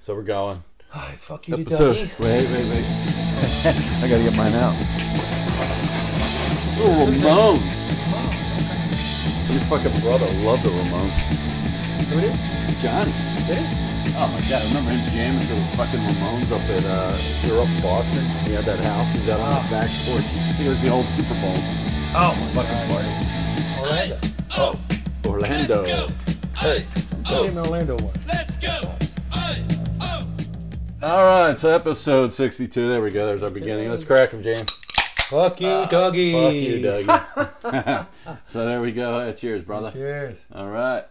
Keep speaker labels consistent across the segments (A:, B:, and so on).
A: So we're going.
B: I fuck you, to
A: Episode.
B: Dougie.
A: Wait, wait, wait.
C: I gotta get mine out.
A: The Ramones.
C: Your fucking brother loved the Ramones.
B: Who did?
A: Oh.
C: Johnny.
B: Did it?
C: Oh my god, I remember him jamming to the fucking Ramones up at uh they were up in Boston. He had that house, he was out on the back porch. It was the old Super Bowl
B: Oh,
C: fucking party.
B: Orlando.
C: Oh. Orlando. Hey.
B: I gave him an Orlando one.
D: Let's go.
A: All right, so episode 62. There we go. There's our beginning. Let's crack them, James.
B: Fuck you, Dougie.
A: Ah, Fuck you, Dougie. so there we go. Uh, Cheers, brother.
B: Cheers.
A: All right.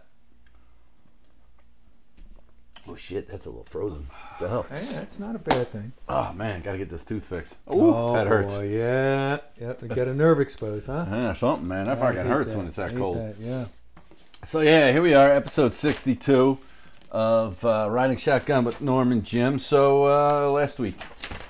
A: Oh shit, that's a little frozen. What the hell?
B: Hey, that's not a bad thing.
A: Oh man, gotta get this tooth fixed. Ooh,
B: oh,
A: that hurts.
B: boy, yeah. Yep, we got a nerve exposed, huh?
A: Yeah, something, man. That
B: I
A: fucking
B: hate
A: hurts when it's that
B: Hate
A: cold.
B: that, Yeah.
A: So yeah, here we are, episode 62 of uh, Riding Shotgun with Norman Jim. So uh, last week,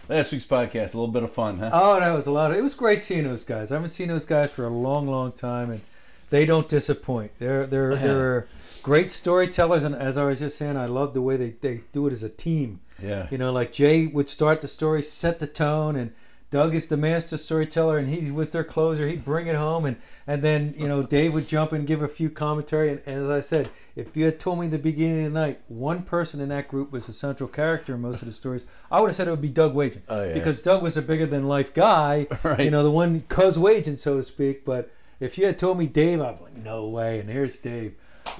A: last week's podcast, a little bit of fun, huh?
B: Oh, that was a lot. Of, it was great seeing those guys. I haven't seen those guys for a long, long time, and they don't disappoint. They're they're
A: Uh-huh.
B: they're great storytellers, and as I was just saying, I love the way they, they do it as a team.
A: yeah.
B: You know, like Jay would start the story, set the tone, and Doug is the master storyteller, and he was their closer. He'd bring it home, and and then you know Dave would jump and give a few commentary. And, as I said, if you had told me at the beginning of the night one person in that group was the central character in most of the stories, I would have said it would be Doug Wagen
A: Oh, yeah.
B: because Doug was a bigger than life guy.
A: Right.
B: You know, the one cuz Wagen, so to speak. But if you had told me Dave, I'd be like, no way. And here's Dave.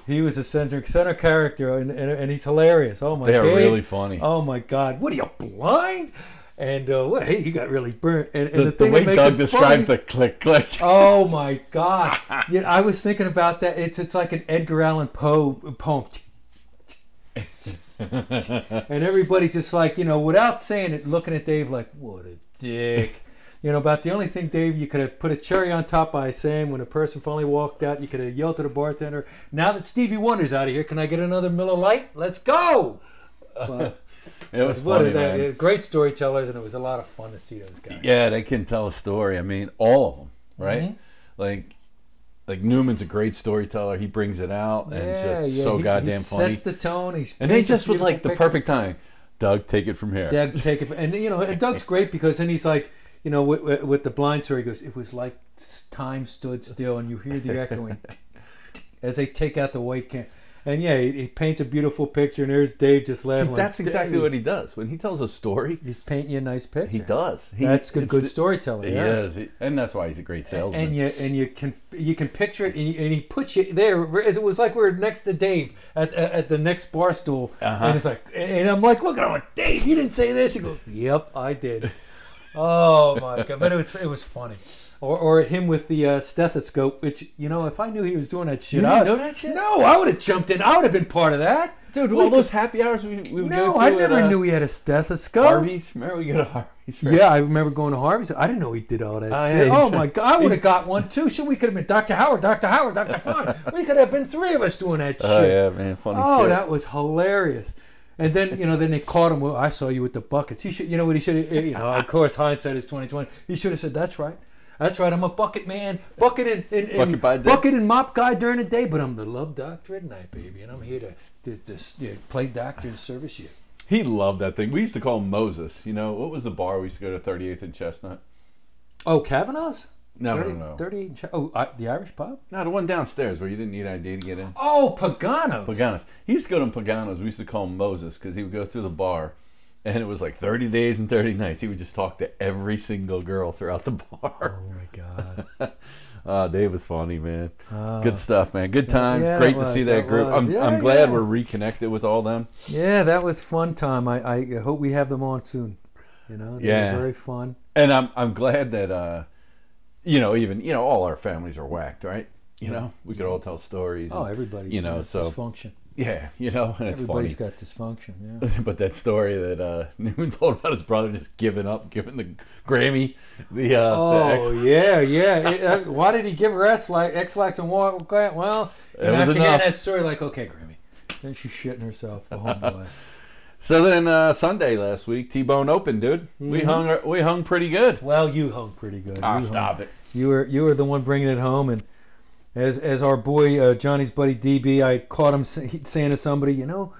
B: He was a center center character, and, and, and he's hilarious. Oh my!
A: They are
B: Dave.
A: really funny.
B: Oh my God! What are you blind? And uh, what? Hey, he got really burnt. And, and
A: the,
B: the,
A: the
B: thing
A: way
B: that makes
A: Doug
B: it
A: describes
B: funny-
A: the click click.
B: Oh my God! yeah, I was thinking about that. It's it's like an Edgar Allan Poe uh, poem. and everybody just like you know, without saying it, looking at Dave like, "What a dick." You know, about the only thing, Dave, you could have put a cherry on top by saying when a person finally walked out, you could have yelled to the bartender, "Now that Stevie Wonder's out of here, can I get another Miller Lite? Let's go!" But-
A: It was
B: what
A: funny,
B: are they-
A: man.
B: Great storytellers, and it was a lot of fun to see those guys.
A: Yeah, they can tell a story. I mean, all of them, right?
B: Mm-hmm.
A: Like, like Newman's a great storyteller. He brings it out, and it's just so
B: Mm-hmm. he-
A: goddamn
B: he
A: funny.
B: Sets the tone. He's
A: and they
B: paints this
A: just would like the
B: beautiful
A: perfect time. Doug, take it from here.
B: picture. Doug take it, and you know, and Doug's great because then he's like, you know, with, with, with the blind story, he goes, it was like s- time stood still, and you hear the echoing as they take out the white can. And yeah, he, he paints a beautiful picture, and there's Dave just
A: See,
B: laughing. like,
A: that's exactly
B: "Dave,
A: what he does. When he tells a story,
B: he's painting you a nice picture.
A: he does. He,
B: That's good,
A: it's
B: good
A: the-
B: storytelling.
A: He
B: yeah.
A: is, He- and that's why he's a great salesman.
B: and you and you can you can picture it, and, you, and he puts you there. As it was like we were next to Dave at at, at the next bar stool,
A: Uh-huh.
B: and it's like, and I'm like, look at him, like, Dave, you didn't say this. He goes, Yep, I did. oh my god! But it was it was funny. Or, or him with the uh, stethoscope, which you know, if I knew he was doing that shit,
A: You didn't
B: I
A: know that shit?
B: No, I would have jumped in. I would have been part of that, dude.
A: all
B: we-
A: those happy hours we, we would go
B: no,
A: to
B: I never
A: at, uh,
B: knew he had a stethoscope.
A: Harvey's. Remember we go to Harvey's? right?
B: Yeah, I remember going to Harvey's. I didn't know he did all that
A: Oh,
B: shit.
A: yeah,
B: oh
A: he's-
B: my god, I would have got one too. Sure, we could have been Dr. Howard, Dr. Howard, Dr. Fine. we could have been three of us doing that shit.
A: Oh yeah, man, funny
B: Oh,
A: shit.
B: that was hilarious. And then you know, then they caught him. Well, I saw you with the buckets. He should, you know what he should. have You know, of course, hindsight is twenty twenty. He should have said, "That's right, that's right. I'm a bucket man, bucket and, and, and
A: Bucket by day."
B: bucket and mop guy during the day, but I'm the love doctor at night, baby, and I'm here to, to, to, you know, play doctor and service you."
A: He loved that thing. We used to call him Moses. You know what was the bar we used to go to? 38th and Chestnut.
B: Oh, Kavanaugh's.
A: No, no,
B: 30,
A: no,
B: 38 and Ch- oh, I, the Irish pub?
A: no. The one downstairs where you didn't need ID to get in.
B: Oh, Pagano.
A: Paganos. He used to go to Paganos. We used to call him Moses because he would go through the bar, and it was like 30 days and 30 nights. He would just talk to every single girl throughout the bar.
B: oh my God.
A: Uh, Dave was funny, man.
B: Ah.
A: Good stuff, man. Good times.
B: Uh, yeah,
A: Great
B: it
A: to see
B: was,
A: that
B: it
A: group.
B: was.
A: I'm,
B: Yeah,
A: I'm glad
B: yeah.
A: we're reconnected with all them.
B: yeah, that was fun time. I, I hope we have them on soon. You know, they were
A: Yeah.
B: very fun.
A: and I'm I'm glad that uh, you know, even you know, all our families are whacked, right? You know, we could all tell stories.
B: Oh,
A: and-
B: everybody.
A: You know,
B: has
A: so
B: dysfunction.
A: yeah, you know, and it's
B: Everybody's
A: funny.
B: got dysfunction. Yeah.
A: but that story that uh, Newman told about his brother just giving up, giving the Grammy, the uh,
B: Oh
A: the ex-
B: yeah, yeah. It- uh, why did he give her S like X lax and what? Well,
A: It was
B: and after hearing
A: enough.
B: that story, like, okay, Grammy. Then she's shitting herself. Oh boy.
A: so then uh, Sunday last week, T Bone Open, dude, we
B: Mm-hmm.
A: hung our- we hung pretty good.
B: well, you hung pretty good.
A: Ah,
B: You hung
A: stop it.
B: You were you were the one bringing it home, and as as our boy uh, Johnny's buddy DB, I caught him sa- he- saying to somebody, you know,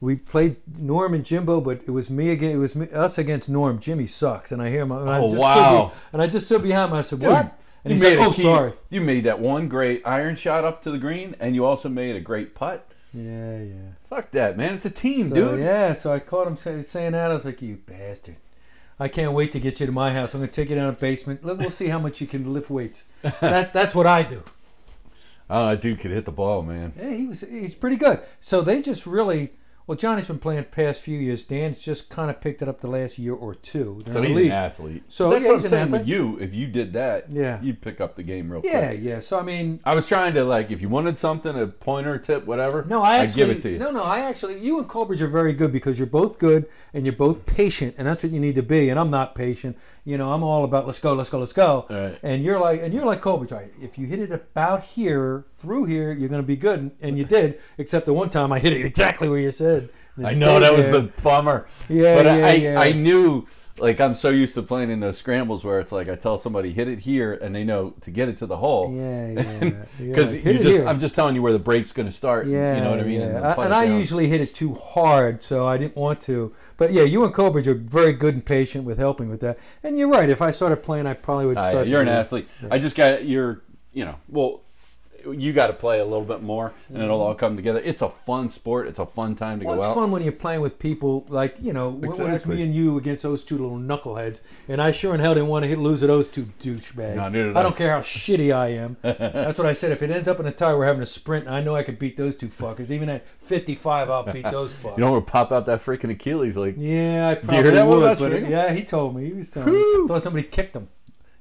B: we played Norm and Jimbo, but it was me again. It was me, us against Norm. Jimmy sucks, and I hear him. And I
A: Oh,
B: just stood
A: wow.
B: be- and I just stood behind him. I said,
A: Dude,
B: "What?" And
A: you
B: he said,
A: made a
B: "Oh,
A: key-
B: sorry."
A: You made that one great iron shot up to the green, and you also made a great putt.
B: Yeah, yeah.
A: Fuck that, man. It's a team,
B: So,
A: dude.
B: Yeah, so I caught him say, saying that. I was like, you bastard. I can't wait to get you to my house. I'm going to take you down to the basement. Let, we'll see how much you can lift weights. That, that's what I do.
A: Oh, that dude could hit the ball, man.
B: Yeah, he was, he's pretty good. So they just really, well, Johnny's been playing the past few years. Dan's just kind of picked it up the last year or two. They're
A: So
B: in the
A: he's
B: league.
A: an athlete.
B: So,
A: that's
B: yeah,
A: what I'm
B: he's an
A: saying with
B: athlete.
A: you. If you did that,
B: Yeah.
A: you'd pick up the game real
B: Yeah,
A: quick.
B: yeah. So, I mean,
A: I was trying to like, if you wanted something, a pointer, tip, whatever.
B: no, I
A: I'd
B: actually,
A: give it to you.
B: No, no, I actually, you and Colbridge are very good because you're both good and you're both patient, and that's what you need to be. And I'm not patient. You know, I'm all about let's go, let's go, let's go.
A: All right.
B: And you're like, and you're like Colbridge. Right? If you hit it about here, through here, you're going to be good. And you did, except the one time I hit it exactly where you said. and it
A: I know
B: stayed
A: that was
B: there.
A: the bummer.
B: Yeah,
A: but
B: yeah,
A: I,
B: yeah.
A: I knew like I'm so used to playing in those scrambles where it's like I tell somebody hit it here and they know to get it to the hole.
B: Yeah, yeah. yeah.
A: Because
B: Hit
A: you
B: it
A: just,
B: here.
A: I'm just telling you where the break's going to start. and-
B: Yeah,
A: you know what I mean.
B: yeah.
A: then
B: I-
A: putt
B: and
A: it
B: I
A: down.
B: usually hit it too hard, so I didn't want to. But yeah, you and Colbridge are very good and patient with helping with that. And you're right. If I started playing, I probably would.
A: Ah, yeah,
B: Start
A: you're an
B: to-
A: athlete. I just got you're you know well you got to play a little bit more and it'll all come together. It's a fun sport. It's a fun time to
B: Well,
A: go
B: it's
A: out.
B: Mm-hmm. fun when you're playing with people like you know when- when it's
A: Exactly.
B: me and you against those two little knuckleheads, and I sure in hell didn't want to hit, lose to those two douchebags.
A: No, neither did
B: I
A: I.
B: don't care how shitty I am. That's what I said. If it ends up in a tie, we're having a sprint. and I know I could beat those two fuckers. Even at 55, I'll beat those fuckers.
A: You don't want to pop out that freaking Achilles like
B: yeah, I probably
A: hear that one
B: would.
A: about
B: but
A: Schwingle?
B: yeah, he told me. He was telling me.
A: Whew.
B: Thought somebody kicked him.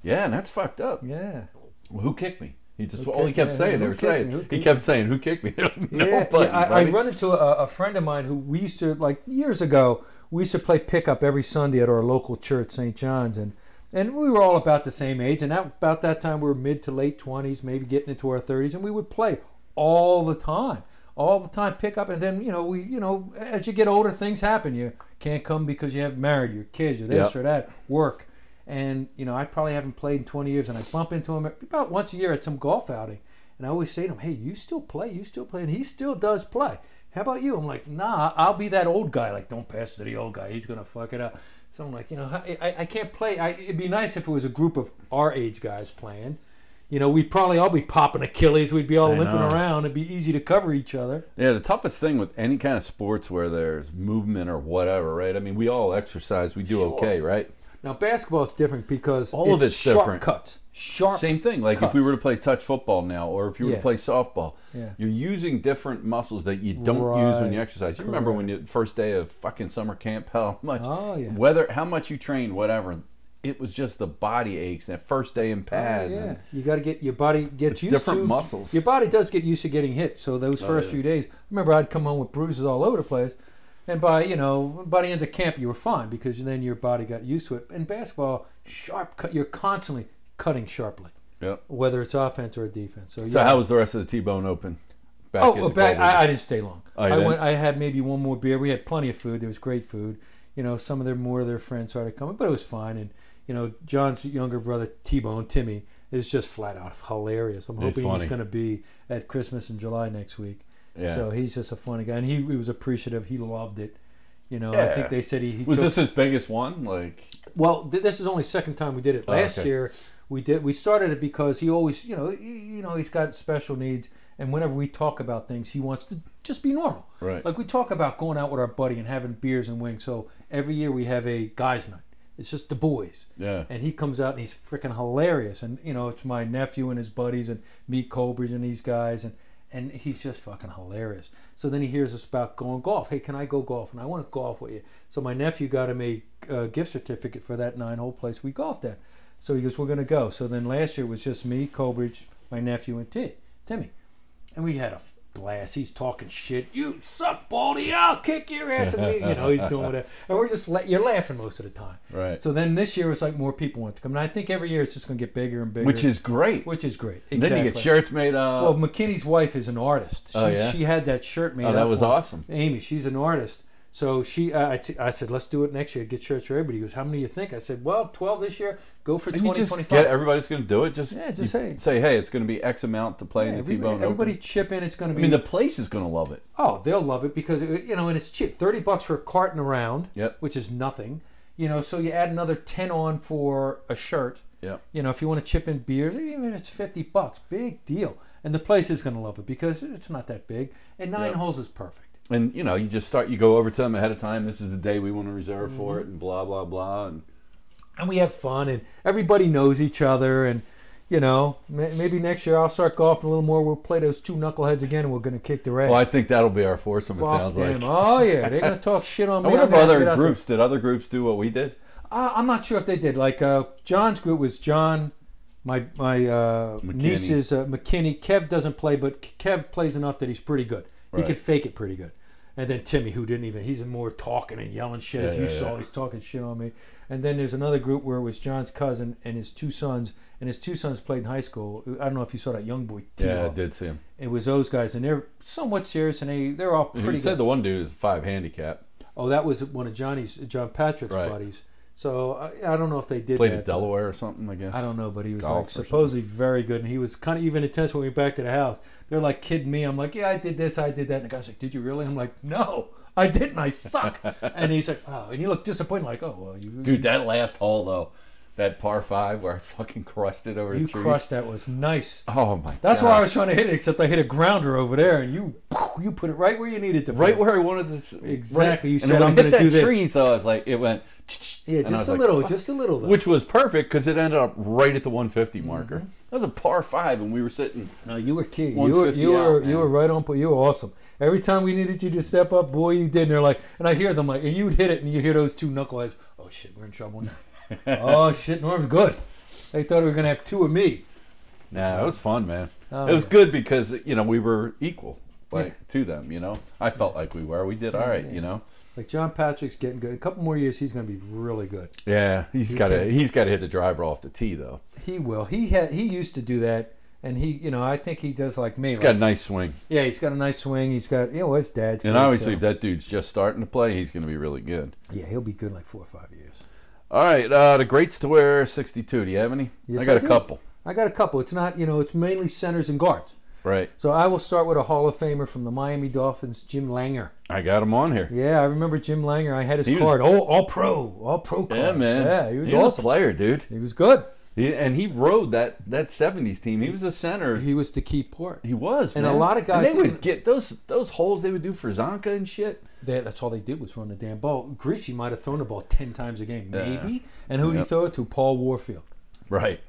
A: yeah, and that's fucked up.
B: Yeah.
A: Well, who kicked me? He just
B: Who
A: all he
B: kicked-
A: kept
B: yeah,
A: saying. They
B: who
A: were
B: kicked me?
A: saying
B: Who
A: he
B: kicked
A: kept saying who kicked me. no
B: yeah,
A: buddy,
B: yeah, I, I
A: buddy.
B: run into a, a friend of mine who we used to like years ago. We used to play pickup every Sunday at our local church, St. John's, and and we were all about the same age. And that, about that time, we were mid to late twenties, maybe getting into our thirties, and we would play all the time, all the time pickup. And then you know we you know as you get older, things happen. You can't come because you have married, your kids, or this
A: Yeah.
B: or that, work. And you know I probably haven't played in 20 years, and I bump into him about once a year at some golf outing. And I always say to him, "Hey, you still play? You still play?" And he still does play. How about you? I'm like, "Nah, I'll be that old guy. Like, don't pass it to the old guy. He's gonna fuck it up." So I'm like, you know, I, I- I can't play. I, it'd be nice if it was a group of our age guys playing. You know, we'd probably all be popping Achilles. We'd be all
A: I
B: limping
A: know.
B: around. It'd be easy to cover each other.
A: Yeah, the toughest thing with any kind of sports where there's movement or whatever, right? I mean, we all exercise, we do okay, right?
B: Now basketball's different because
A: All of
B: it's
A: it's
B: sharp
A: different.
B: cuts, sharp.
A: Same thing. Like if we
B: cuts.
A: were to play touch football now, or if you were
B: Yeah.
A: to play softball,
B: Yeah.
A: you're using different muscles that you don't use when you
B: Right.
A: exercise. You remember when you first day of fucking summer camp, how much,
B: Oh, yeah.
A: whether how much you trained, whatever. It was just the body aches. That first day in pads.
B: Oh, yeah,
A: and-
B: you got to get your body gets
A: It's
B: used
A: different
B: to
A: muscles. Oh,
B: Your body does get used to getting hit. So those first
A: yeah.
B: few days, remember, I'd come home with bruises all over the place, and by you know by the end of camp, you were fine because then your body got used to it. In basketball, sharp cut, you're constantly cutting sharply,
A: Yep.
B: whether it's offense or defense. So,
A: So
B: yeah.
A: how was the rest of the T-bone Open? Back
B: Oh,
A: at
B: oh,
A: the
B: back.
A: Golders?
B: I, I didn't stay long.
A: Oh, you
B: I went.
A: didn't?
B: I had maybe one more beer. We had plenty of food. There was great food. You know, some of their more of their friends started coming, but it was fine. And you know, John's younger brother T Bone Timmy is just flat out hilarious. I'm
A: He's
B: hoping
A: funny.
B: he's going to be at Christmas in July next week.
A: Yeah.
B: So he's just a funny guy, and he, he was appreciative. He loved it. You know, I
A: Yeah.
B: think they said he, he
A: was
B: took-
A: this his biggest one? Like,
B: well, th- this is only second time we did it.
A: Oh,
B: Last
A: okay.
B: year we did we started it because he always, you know, he, you know, he's got special needs and whenever we talk about things, he wants to just be normal.
A: Right.
B: Like we talk about going out with our buddy and having beers and wings. So every year we have a guys night. It's just the boys.
A: yeah.
B: And he comes out and he's freaking hilarious. And you know, it's my nephew and his buddies and me, Colbridge and these guys, and and he's just fucking hilarious. So then he hears us about going golf. Hey, can I go golf? And I want to golf with you. So my nephew got him a uh, gift certificate for that nine-hole place we golfed at. So he goes, we're gonna go. So then last year was just me, Colbridge, my nephew, and T- Timmy, and we had a f- blast. He's talking shit. You suck, Baldy. I'll kick your ass. And we- you know, he's doing whatever. And we're just la- you're laughing most of the time.
A: Right.
B: So then this year it's like more people want to come, and I think every year it's just going to get bigger and bigger,
A: Which is great.
B: which is great.
A: And Then you get shirts made up.
B: Well, McKinney's wife is an artist. She,
A: Oh, yeah?
B: she had that shirt made.
A: Oh, that
B: up
A: was
B: for-
A: awesome.
B: Amy, she's an artist, So she, uh, I I t- I said, let's do it next year. Get shirts for everybody. He goes, how many do you think? I said, well, 12 this year. Go for
A: And you
B: twenty
A: just
B: twenty five.
A: get everybody that's going to do it. Just
B: Yeah, just
A: you
B: say-
A: say hey, it's going to be X amount to play in the
B: everybody,
A: T-Bone
B: everybody
A: Open.
B: chip in. It's going to
A: I
B: be,
A: mean, the place is going to love it.
B: oh, they'll love it because, it, you know, and it's cheap. 30 bucks for a carton around,
A: Yep.
B: which is nothing. You know, so you add another 10 on for a shirt.
A: Yep.
B: You know, if you want to chip in beers, even if it's 50 bucks, big deal. And the place is going to love it because it's not that big. And nine
A: Yep.
B: holes is perfect.
A: And you know, you just start. You go over to them ahead of time. This is the day we want to reserve
B: Mm-hmm.
A: for it, and blah blah blah. And
B: and we have fun and everybody knows each other and you know ma- maybe next year i'll start golfing a little more we'll play those two knuckleheads again and we're going to kick their ass
A: well, I think that'll be our foursome. It
B: Fuck
A: sounds
B: them.
A: like.
B: oh yeah they're going to talk shit on
A: I
B: me
A: wonder
B: I'm
A: if
B: gonna get
A: other
B: out there.
A: groups did other groups do what we did.
B: Uh, i'm not sure if they did like uh, john's group was john my my uh,
A: McKinney.
B: niece's uh, mckinney kev doesn't play but kev plays enough that he's pretty good
A: Right.
B: he could fake it pretty good and then timmy who didn't even he's more talking and yelling shit as
A: Yeah,
B: you
A: yeah,
B: saw
A: yeah.
B: he's talking shit on me and then there's another group where it was john's cousin and his two sons and his two sons played in high school i don't know if you saw that young boy
A: Yeah, I
B: T-Law.
A: did see him.
B: it was those guys and they're somewhat serious and they they're all
A: He
B: pretty good
A: said the one dude is five handicap.
B: oh that was one of johnny's john patrick's
A: Right.
B: buddies so I, I don't know if they did
A: Played
B: that.
A: at Delaware or something, I guess.
B: I don't know, but he was
A: Golf
B: like
A: or something.
B: supposedly very good, and he was kind of even intense when we went back to the house. They're like kidding me. I'm like, yeah, I did this, I did that, and the guy's like, did you really? I'm like, no, I didn't. I suck. and he's like, oh, and you look disappointed. Like, oh, well, you
A: Dude, that last hole though, that par five where I fucking crushed it over
B: you
A: the tree.
B: crushed that was nice.
A: Oh my
B: That's
A: god.
B: why I was trying to hit it, except I hit a grounder over there, and you you put it right where you needed to. put
A: right
B: it.
A: where I wanted this.
B: Exactly. You
A: and
B: said,
A: when I
B: "I'm
A: hit
B: gonna do
A: that
B: this."
A: Tree, so I was like, it went.
B: Yeah,
A: and I
B: just
A: was
B: a
A: like,
B: little,
A: "Fuck."
B: just a little. Though.
A: which was perfect because it ended up right at the 150
B: Mm-hmm.
A: marker. That was a par five, and we were sitting.
B: no, you were key. You were
A: 150
B: you were
A: out,
B: you were
A: man.
B: right on point. You were awesome. Every time we needed you to step up, boy, you did. And they're like, and I hear them like, and you'd hit it, and you hear those two knuckleheads. Oh shit, we're in trouble now. oh shit, Norm's good. They thought we were gonna have two of me.
A: Nah, it was fun, man.
B: Oh,
A: it was
B: yeah.
A: good because you know we were equal, like
B: Yeah.
A: to them. You know, I felt like we were. We did all right. You know.
B: Like John Patrick's getting good. A couple more years, he's gonna be really good.
A: Yeah, he's
B: He
A: got to
B: can-
A: he's got to hit the driver off the tee though.
B: He will. He had he used to do that, and he you know I think he does like me.
A: He's
B: like-
A: got a nice swing,
B: yeah, he's got a nice swing. He's got you know his dad's.
A: and
B: good,
A: obviously
B: so-
A: if that dude's just starting to play, he's going to be really good.
B: yeah, he'll be good in like four or five years.
A: All right, uh, the greats to wear 62. Do you have any?
B: Yes,
A: I got
B: I
A: a
B: do.
A: couple.
B: I got a couple. It's not you know it's mainly centers and guards.
A: Right,
B: So I will start with a Hall of Famer from the Miami Dolphins, Jim Langer.
A: I got him on here.
B: Yeah, I remember Jim Langer. I had his
A: He was-
B: card. Oh, All, all pro, all pro card.
A: Yeah, man.
B: Oh, Yeah, he was
A: He's
B: awesome.
A: a player, dude.
B: He was good.
A: He, and he rode that that 70s team. He was the center.
B: He was the key port.
A: He was,
B: And
A: man.
B: a lot of
A: And
B: guys-
A: they would get those those holes they would do for Zonka and shit.
B: They, that's all they did was run the damn ball. Greasy might have thrown the ball ten times a game,
A: Yeah.
B: maybe. And who did he
A: Yep.
B: throw it to? Paul Warfield.
A: Right,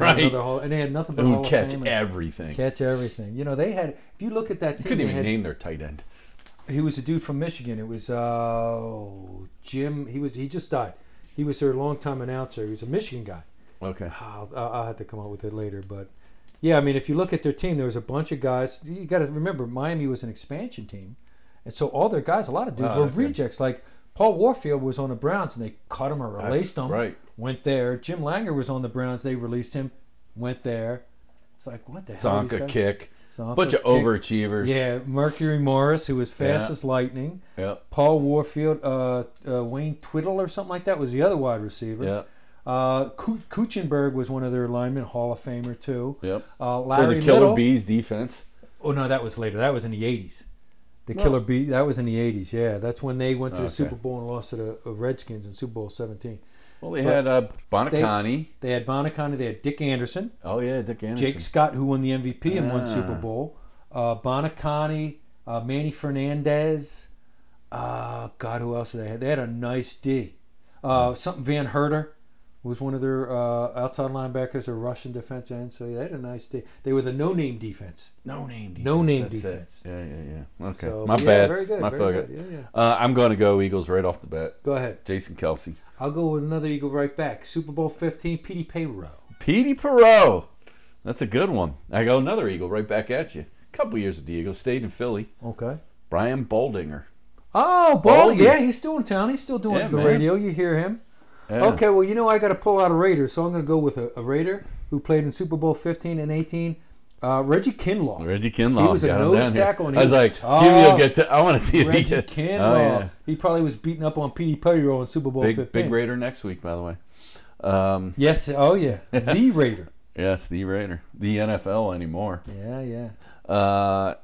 A: right.
B: Another Hall, and they had nothing but
A: Who
B: Hall
A: would
B: of
A: catch
B: Famers.
A: everything?
B: Catch everything. You know, they had. If you look at
A: You
B: that team,
A: couldn't
B: they
A: even
B: had,
A: name their tight end.
B: he was a dude from Michigan. It was uh, Jim. He was. He just died. He was their longtime announcer. He was a Michigan guy.
A: Okay,
B: I'll, I'll I'll have to come up with it later, but yeah, I mean, if you look at their team, there was a bunch of guys. You got to remember, Miami was an expansion team, and so all their guys, a lot of dudes,
A: Ah,
B: were
A: okay.
B: rejects. Like Paul Warfield was on the Browns, and they cut him or
A: That's
B: released him.
A: Right.
B: Went there. Jim Langer was on the Browns. They released him. Went there. It's like what the hell? are these
A: Zonka
B: guys?
A: kick.
B: Zonka
A: Bunch of
B: kick.
A: overachievers.
B: Yeah, Mercury Morris, who was fast
A: Yeah.
B: as lightning.
A: Yep.
B: Paul Warfield, uh, uh, Wayne Twiddle, or something like that, was the other wide receiver.
A: Yep.
B: Uh, Ku- Kuchenberg was one of their linemen, Hall of Famer too.
A: Yep.
B: Uh,
A: For
B: Larry
A: the Killer
B: Little.
A: Bees defense.
B: Oh no, that was later. That was in the '80s. The
A: No.
B: Killer Bee. That was in the '80s. Yeah, that's when they went to the
A: Okay.
B: Super Bowl and lost to the uh, Redskins in Super Bowl 17.
A: Well, they
B: But
A: had uh, Bonacani.
B: They had Bonacani. They had Dick Anderson,
A: Oh yeah, Dick Anderson.
B: Jake Scott, who won the MVP in one
A: Ah.
B: Super Bowl. Uh, Bonacani, uh, Manny Fernandez. Uh, God, who else did they had? They had a nice D. Uh, something Van Herter was one of their uh, outside linebackers or Russian defense end. So yeah, they had a nice D. They were the no-name defense.
A: No name. Defense.
B: No name
A: That's it.
B: defense.
A: Yeah, yeah, yeah. Okay,
B: So,
A: my
B: but yeah,
A: bad.
B: Very good.
A: My
B: very
A: fuck
B: good.
A: it.
B: Yeah, yeah.
A: Uh, I'm going to go Eagles right off the bat.
B: Go ahead.
A: Jason Kelsey.
B: I'll go with another Eagle right back. Super Bowl 15, Petey Payrow.
A: Petey Perot. That's a good one. I go another Eagle right back at you. couple years with the Eagles, stayed in Philly.
B: Okay.
A: Brian Boldinger.
B: Oh, Baldy.
A: Baldy.
B: Yeah, he's still in town. He's still doing
A: Yeah,
B: the
A: man.
B: radio. You hear him.
A: Yeah.
B: Okay, well, you know I got to pull out a Raider, so I'm going to go with a, a Raider who played in Super Bowl 15 and 18, Uh, Reggie Kinlaw.
A: Reggie Kinlaw.
B: He was a
A: got him
B: nose
A: down here.
B: tackle, and he
A: I was
B: was
A: like,
B: tough.
A: Jimmy will get to. I want to see Oh, if he
B: Reggie
A: gets.
B: Kinlaw. He probably was beating up on Petey Pettyroll in Super Bowl
A: Big,
B: 15.
A: big Raider next week, by the way. Um,
B: Yes. Oh yeah. The Raider.
A: yes, the Raider. The NFL anymore.
B: Yeah, yeah.
A: Uh,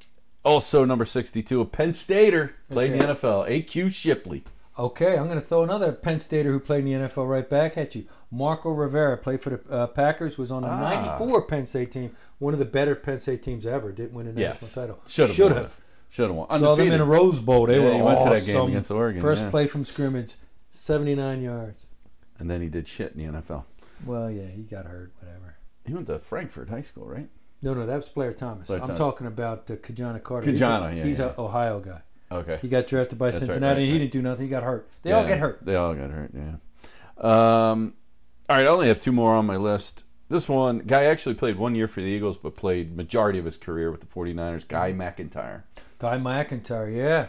A: also, number 62, a Penn Stater. Played in the
B: right.
A: NFL. A.Q. Shipley.
B: Okay, I'm going to throw another Penn Stater who played in the NFL right back at you. Marco Rivera played for the uh, Packers, was on the
A: Ah.
B: '94 Penn State team, one of the better Penn State teams ever. Didn't win a national
A: Yes.
B: title.
A: Should have.
B: Should have.
A: Should have won.
B: Saw them in a
A: Undefeated.
B: Rose Bowl. They
A: Yeah,
B: were
A: he went
B: awesome.
A: to that game against Oregon,
B: First
A: yeah.
B: play from scrimmage, 79 yards.
A: And then he did shit in the NFL.
B: Well, yeah, he got hurt. Whatever.
A: He went to Frankfort High School, right?
B: No, no, that was Player Thomas.
A: Blair
B: I'm
A: Thomas.
B: talking about uh, Kajana Carter.
A: Kajana,
B: he's a,
A: yeah,
B: He's
A: yeah.
B: an Ohio guy.
A: Okay.
B: He got drafted by
A: That's right,
B: Cincinnati.
A: right,
B: and He
A: right.
B: didn't do nothing. He got hurt. They all
A: Yeah,
B: get hurt.
A: They all got hurt, yeah. Um, all right, I only have two more on my list. This one, guy actually played one year for the Eagles, but played majority of his career with the 49ers,
B: Mm-hmm.
A: Guy McIntyre.
B: Guy McIntyre. Yeah,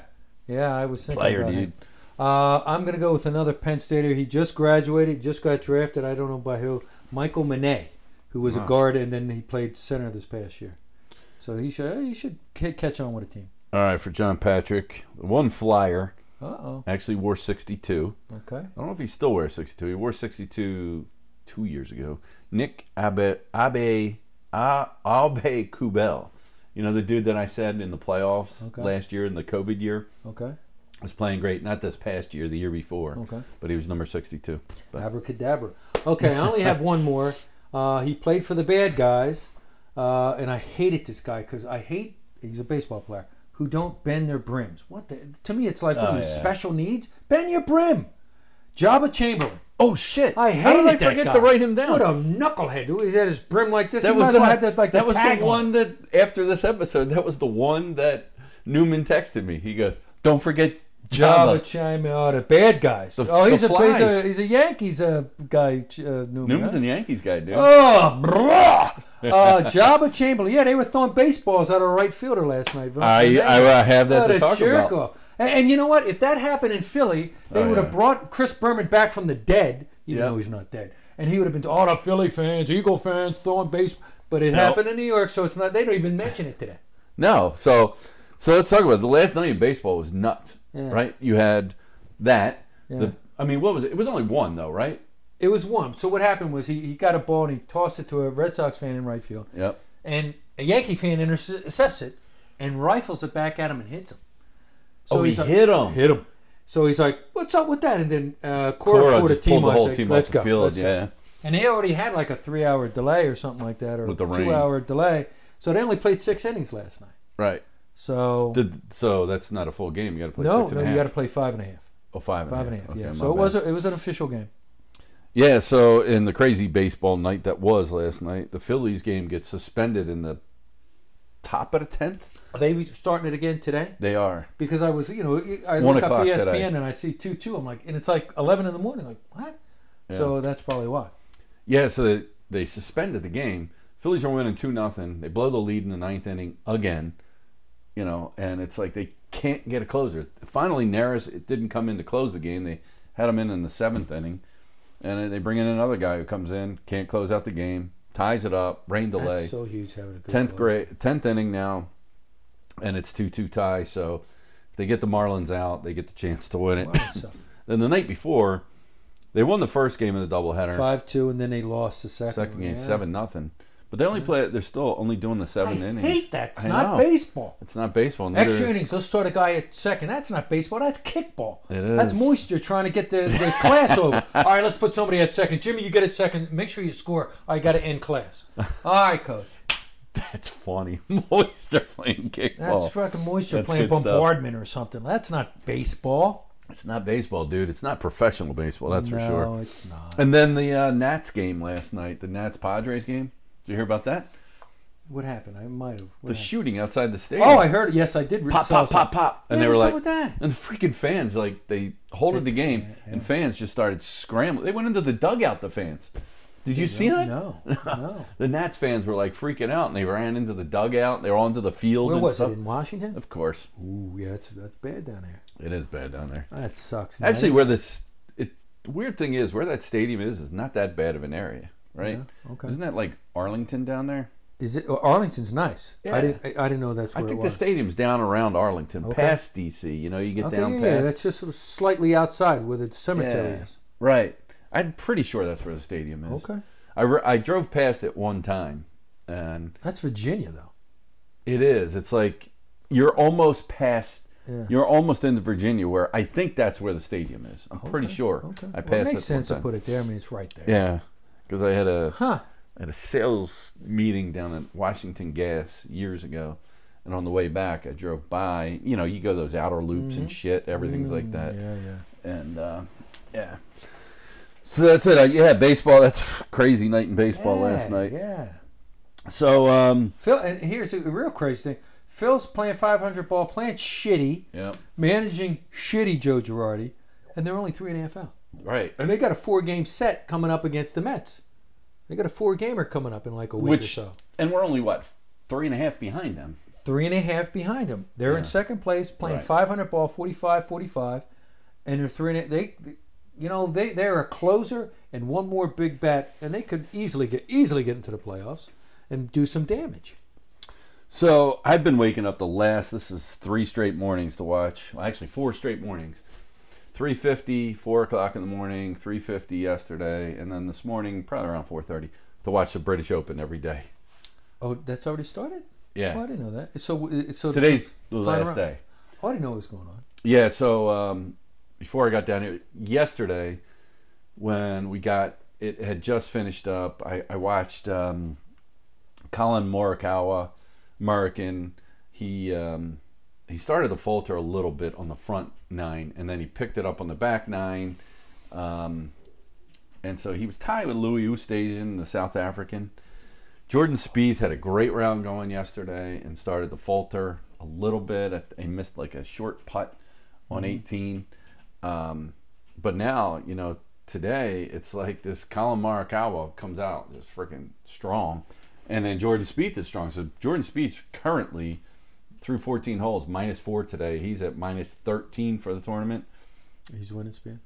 B: yeah. I was thinking
A: Player,
B: about him.
A: dude.
B: Uh, I'm going to go with another Penn Stater. He just graduated, just got drafted. I don't know by who. Michael Manet, who was
A: Wow.
B: a guard and then he played center this past year. So he should he should ca- catch on with a team.
A: All right, for John Patrick, one flyer,
B: Uh oh.
A: actually wore 62.
B: Okay.
A: I don't know if he still wears 62. He wore 62 two years ago. Nick Abe Abe A- Abe Kubel, you know the dude that I said in the playoffs
B: Okay.
A: last year in the COVID year
B: Okay.
A: was playing great. Not this past year, the year before,
B: Okay.
A: but he was number 62. But
B: Abracadabra. Okay, I only have one more. Uh, he played for the bad guys, uh, and I hated this guy because I hate he's a baseball player who don't bend their brims. What the, to me, it's like what
A: Oh,
B: are you,
A: yeah.
B: special needs. Bend your brim. Jabba Chamberlain.
A: oh shit!
B: I
A: How did
B: hated
A: I
B: that
A: forget
B: guy.
A: to write him down?
B: What a knucklehead! He had his brim like this.
A: that
B: he
A: was
B: might as
A: the,
B: well had the, like
A: that
B: the
A: was the
B: tagline.
A: one that after this episode, that was the one that Newman texted me. He goes, "Don't forget Java."
B: Jabba Chamberlain, oh, the bad guys.
A: The-
B: oh,
A: the
B: he's a, he's a
A: flies.
B: he's a Yankees uh, guy. Uh, Newman,
A: Newman's
B: huh?
A: a Yankees guy, dude.
B: Oh, bruh. Uh, Jabba Chamberlain. Yeah, they were throwing baseballs out of right fielder last night.
A: I, I I have that
B: what
A: to
B: a
A: talk
B: jerk
A: about.
B: off. And, and you know what? If that happened in Philly, they
A: Oh,
B: would have
A: yeah.
B: brought Chris Berman back from the dead, even
A: Yeah.
B: though he's not dead. And he would have been all the Philly fans, Eagle fans, throwing base. But it happened in New York, so it's not. They don't even mention it today.
A: No, so so let's talk about it. the last night in baseball was nuts,
B: Yeah.
A: right? You had that.
B: Yeah.
A: The, I mean, what was it? It was only one though, right?
B: It was one. So what happened was he, he got a ball and he tossed it to a Red Sox fan in right field,
A: Yep.
B: and a Yankee fan intercepts it and rifles it back at him and hits him. So
A: oh, he
B: he's like-
A: hit him.
B: hit him. So he's like, "What's up with that?" And then uh, Cora, pulled a
A: just
B: team
A: pulled the
B: on.
A: whole
B: Like,
A: team
B: Let's
A: off
B: go.
A: the field.
B: let's go."
A: yeah.
B: And they already had like a three-hour delay or something like that, or
A: With the rain.
B: two-hour delay. So they only played six innings last night.
A: Right.
B: So
A: Did, so that's not a full game. You got to play
B: no,
A: six and
B: no,
A: a
B: you
A: half.
B: got to play five and a half.
A: oh, five
B: Five and a half.
A: Okay,
B: yeah.
A: my
B: So it
A: bad.
B: was a, it was an official game.
A: Yeah, so in the crazy baseball night that was last night, the Phillies game gets suspended in the top of the tenth.
B: Are they starting it again today?
A: They are.
B: Because I was, you know, I
A: One
B: look up E
A: o'clock
B: ESPN
A: today.
B: and I see two two. I'm like, and it's like eleven in the morning. Like what?
A: Yeah.
B: So that's probably why.
A: Yeah, so they, they suspended the game. Phillies are winning two nothing. They blow the lead in the ninth inning again. You know, and it's like they can't get a closer. Finally, Naris it didn't come in to close the game. They had him in in the seventh inning, and then they bring in another guy who comes in, can't close out the game, ties it up, rain delay.
B: That's so huge having a good
A: tenth
B: goal.
A: grade, tenth inning now, and it's two two tie. So if they get the Marlins out, they get the chance to win it.
B: Wow, so
A: then the night before, they won the first game of the doubleheader.
B: Five two, and then they lost the second.
A: Second
B: one.
A: game,
B: Yeah.
A: seven nothing. But they only play. They're still only doing the
B: I
A: seven innings.
B: hate that. It's
A: I know.
B: not baseball.
A: It's not baseball. neither
B: Extra
A: is-
B: innings. Let's start a guy at second. That's not baseball. That's kickball.
A: It
B: That's
A: is.
B: moisture trying to get the, the class over. All right, let's put somebody at second. Jimmy, you get at second. Make sure you score. I got to end class. All right, coach.
A: That's funny. Moister playing
B: That's
A: kickball.
B: fucking moisture
A: That's
B: playing
A: good stuff.
B: bombardment or something. That's not baseball.
A: it's not baseball, dude. It's not professional baseball. That's for
B: no,
A: sure.
B: it's not.
A: And then the uh, Nats game last night. The Nats Padres game. Did you hear about that?
B: What happened? I might have.
A: The
B: what happened?
A: shooting outside the stadium.
B: Oh, I heard it. Yes, I did.
A: pop, pop, pop, pop. And
B: Yeah,
A: they were
B: what's up
A: like,
B: with that?
A: and the freaking fans, like, they halted the game, and fans just started scrambling. They went into the dugout, the fans. Did you see that?
B: No, no.
A: The Nats fans were like freaking out, and they ran into the dugout. They were onto the field
B: Where
A: and
B: was it?
A: stuff.
B: In Washington?
A: Of course,
B: Ooh, yeah, that's, that's bad down there.
A: it is bad down there.
B: That sucks. man.
A: Actually, where this it, the weird thing is, where that stadium is, is not that bad of an area, right?
B: Yeah, okay.
A: Isn't that like Arlington down there?
B: Is it Arlington's nice?
A: Yeah.
B: I didn't. I, I didn't know that's
A: I
B: where
A: think
B: it
A: the
B: was.
A: stadium's down around Arlington,
B: Okay.
A: past DC. You know, you get
B: okay,
A: down
B: yeah,
A: past.
B: yeah, that's just sort of slightly outside where the cemetery
A: Yeah.
B: is.
A: Right. I'm pretty sure that's where the stadium is.
B: Okay,
A: I, re- I drove past it one time, and
B: that's Virginia though.
A: it is. It's like you're almost past.
B: Yeah.
A: You're almost into Virginia, where I think that's where the stadium is. I'm pretty
B: Okay,
A: sure.
B: Okay.
A: I passed
B: well, it makes
A: one
B: sense to
A: time.
B: put it there. I mean, it's right there.
A: Yeah, because I had a
B: Huh.
A: at a sales meeting down at Washington Gas years ago, and on the way back, I drove by. You know, you go those outer loops
B: Mm-hmm.
A: and shit. Everything's like
B: Mm,
A: that,
B: Yeah, yeah.
A: and uh, yeah. So that's it. I, yeah, baseball. That's crazy night in baseball last
B: Yeah,
A: night.
B: Yeah.
A: So um,
B: Phil, and here's a real crazy thing. Phil's playing 500 ball, playing shitty,
A: yeah,
B: managing shitty Joe Girardi, and they're only three and a half out.
A: right.
B: And they got a four game set coming up against the Mets. They got a four gamer coming up in like a week or
A: Which
B: so.
A: and we're only what three and a half behind them.
B: Three and a half behind them. They're in
A: Yeah.
B: second place, playing
A: Right.
B: 500 ball, 45 45, and they're three and a, they, you know, they they're a closer and one more big bat, and they could easily get easily get into the playoffs and do some damage.
A: So I've been waking up the last. This is three straight mornings to watch. Well, actually, four straight mornings. 3.50 4 o'clock in the morning 3.50 yesterday and then this morning probably around 4.30 to watch the british open every day
B: Oh, that's already started.
A: yeah
B: Oh, I didn't know that. So uh, so
A: today's the
B: Fine
A: last
B: round.
A: day
B: Oh, I didn't know what was going on.
A: yeah so um, before i got down here yesterday when we got it had just finished up i, I watched um, colin morikawa american he um, he started to falter a little bit on the front nine and then he picked it up on the back nine um, and so he was tied with louis oosthuizen the south african jordan Spieth had a great round going yesterday and started to falter a little bit he missed like a short putt on 18 um, but now, you know, today it's like this Colin Morikawa comes out is freaking strong, and then Jordan Spieth is strong. So Jordan Spieth's currently through 14 holes minus four today. He's at minus 13 for the tournament,
B: He's winning spin.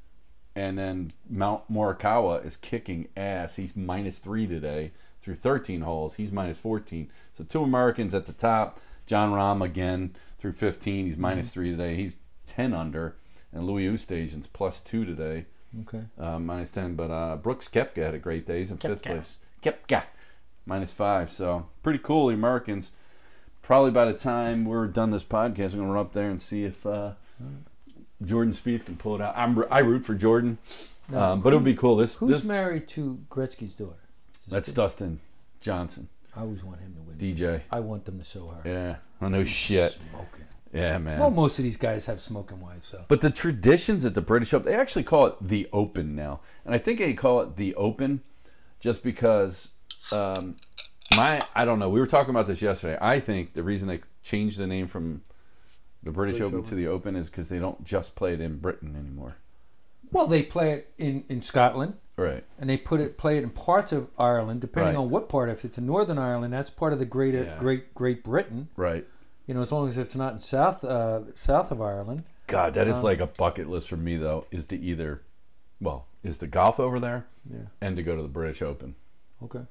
A: and then Mount Morikawa is kicking ass. He's minus three today through 13 holes. He's minus 14. So two Americans at the top. John Rahm again through 15. He's minus three today. He's 10 under. And Louis Oosthuizen's plus two today
B: Okay.
A: uh, minus 10. But uh, Brooks Kepka had a great day. He's in fifth place. Kepka, minus five. So pretty cool, the Americans. Probably by the time we're done this podcast, I'm going to run up there and see if uh, Jordan Spieth can pull it out. I'm, I root for Jordan,
B: Now,
A: um, but it'll be cool. This,
B: Who's
A: this
B: married to Gretzky's daughter? Is
A: That's
B: it-
A: Dustin Johnson,
B: I always want him to win.
A: DJ.
B: I want them to show her.
A: Yeah, I know shit.
B: Smoking.
A: Yeah, man.
B: Well, most of these guys have smoking wives, so.
A: But the traditions at the British Open, they actually call it the Open now. And I think they call it the Open just because um, my, I don't know, we were talking about this yesterday. I think the reason they changed the name from the British,
B: British
A: Open,
B: Open.
A: to the Open is because they don't just play it in Britain anymore.
B: Well, they play it in, in Scotland,
A: Right.
B: and they put it play it in parts of Ireland, depending
A: Right.
B: on what part. If it's in Northern Ireland, that's part of the greater
A: Yeah.
B: Great Great Britain.
A: Right.
B: You know, as long as it's not in South uh, South of Ireland.
A: God, that is
B: Um,
A: like a bucket list for me, though, is to either, well, is to golf over there
B: Yeah.
A: and to go to the British Open.
B: Okay.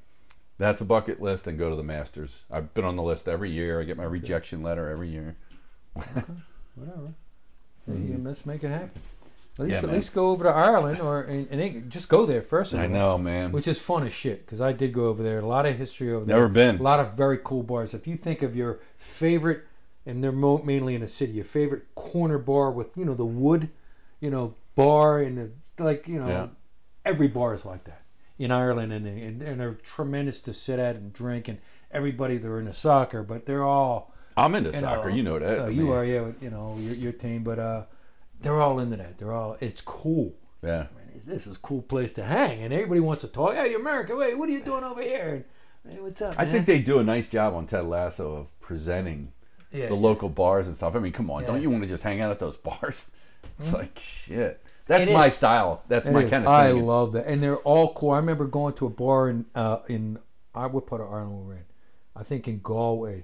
A: That's a bucket list and go to the Masters. I've been on the list every year. I get my rejection letter every year.
B: Whatever. Hey, you Let's make it happen. At least,
A: Mm-hmm. Yeah,
B: at
A: man.
B: least go over to Ireland or in, in England. Just go there first. of
A: I
B: all,
A: know, man.
B: Which is fun as shit because I did go over there. A lot of history over there.
A: Never
B: A
A: been.
B: lot of very cool bars. If you think of your favorite, and they're mo- mainly in a city, your favorite corner bar with you know the wood, you know bar and the, like you know
A: Yeah.
B: every bar is like that in Ireland, and, and and they're tremendous to sit at and drink, and everybody they're into soccer, but they're all
A: I'm into
B: and,
A: soccer.
B: uh,
A: you know that.
B: uh,
A: I
B: you
A: mean,
B: are yeah you know your, your team, but uh they're all into that. They're all it's cool.
A: Yeah.
B: Man, this is a cool place to hang, and everybody wants to talk. Hey, America, wait, what are you doing over here? And, hey, what's up?
A: I
B: man?"
A: think they do a nice job on Ted Lasso of presenting
B: yeah,
A: the local bars and stuff. I mean, come on,
B: Yeah. Hmm?
A: don't you want to just hang out at those bars? It's like shit. That's
B: It
A: my
B: is.
A: style. That's
B: It
A: my
B: is.
A: kind
B: I
A: of thing.
B: love that, and they're all cool. I remember going to a bar in uh, in I what part of Ireland we're in? I think in Galway,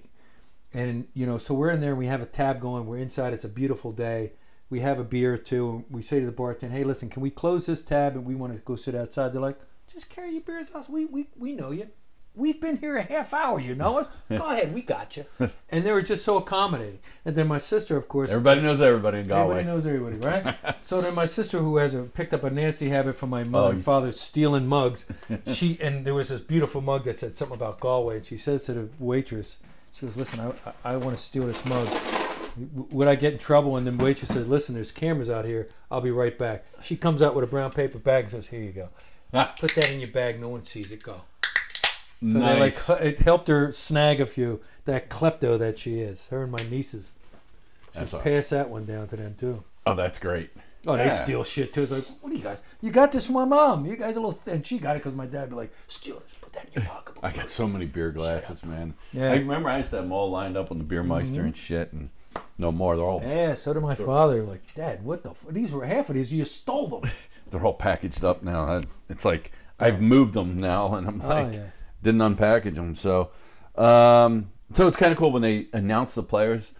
B: and you know, so we're in there. We have a tab going. We're inside. It's a beautiful day. We have a beer or two. And we say to the bartender, "Hey, listen, can we close this tab? And we want to go sit outside." They're like, "Just carry your beers out. We we we know you. We've been here a half hour, you know us. Go ahead, we got you. And they were just so accommodating. And then my sister, of course,
A: Everybody knows everybody in Galway.
B: Everybody knows everybody, right? so then my sister, who has a, picked up a nasty habit from my mother
A: Oh,
B: and
A: you-
B: father, stealing mugs. She and there was this beautiful mug that said something about Galway, and she says to the waitress, "She goes, listen, I, I, I want to steal this mug. W- Would I get in trouble?" And then waitress said, "Listen, there's cameras out here. I'll be right back." She comes out with a brown paper bag and says, "Here you go. Put that in your bag. No one sees it. Go." So they like
A: nice.
B: h- it helped her snag a few. That klepto that she is, her and my nieces. She's
A: That's awesome.
B: passed that one down to them too.
A: Oh, that's great.
B: Oh, they
A: Yeah.
B: steal shit too. It's like, what do you guys? You got this from my mom. You guys a little, and she got it because my dad be like, steal this, put that in your pocketbook.
A: I got so many beer glasses, man.
B: Yeah. Mm-hmm.
A: I remember I used to have them all lined up on the beer meister and shit, and no more. They're all
B: Yeah, so did my father. Like, Dad, what the? F-? These were half of these. You stole them.
A: they're all packaged up now. I, it's like I've moved them now, and I'm
B: Oh,
A: like
B: yeah.
A: didn't unpackage them. So, um, so it's kind of cool when they announce the players.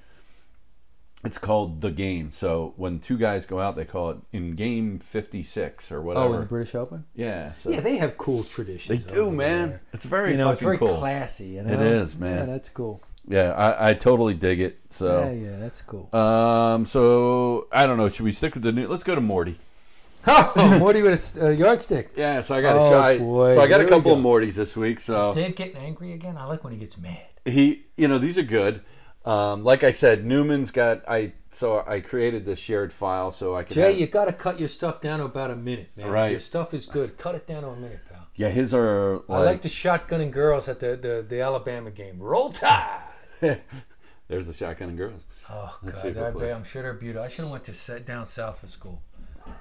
A: It's called the game. So when two guys go out, they call it in game 56 or whatever.
B: Oh, in the British Open.
A: yeah. So
B: Yeah, they have cool
A: they
B: traditions.
A: do,
B: over
A: man.
B: there.
A: It's very
B: you know,
A: fucking
B: it's very
A: cool.
B: classy. You know?
A: It is, man.
B: Yeah, that's cool.
A: yeah, I, I totally dig it. So.
B: Yeah, yeah, that's cool.
A: Um, so I don't know. Should we stick with the new? Let's go to Morty.
B: oh, what do you with a uh, yardstick?
A: Yeah. So I got a
B: Oh,
A: shy.
B: boy,
A: so I got
B: here
A: a
B: we
A: couple of
B: go.
A: Mortys this week. So
B: Dave getting angry again? I like when he gets mad.
A: he, you know, these are good. Um, like I said, Newman's got. I so I created the shared file so I could.
B: Jay,
A: have-
B: you got to cut your stuff down to about a minute, man.
A: Right.
B: Your stuff is good. Cut it down to a minute, pal.
A: yeah, his are like.
B: I like the shotgunning girls at the, the, the Alabama game. Roll Tide.
A: there's the shotgun and girls.
B: Oh
A: see
B: God,
A: if it
B: that,
A: plays.
B: I'm sure they're beautiful. I should have went to set down south for school.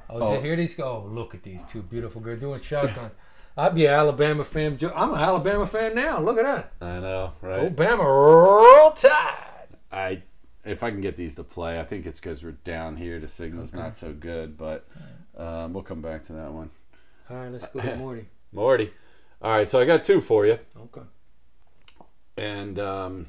B: I was
A: Oh.
B: here. These go. Oh, look at these two beautiful girls doing shotguns. I'd be an Alabama fan. ju- I'm an Alabama fan now. Look at that.
A: I know, right?
B: Alabama roll tide.
A: I if I can get these to play, I think it's because we're down here. The signal's not so good, but um, we'll come back to that one.
B: All right, let's go to Morty.
A: Morty. All right, so I got two for you,
B: Okay.
A: and um,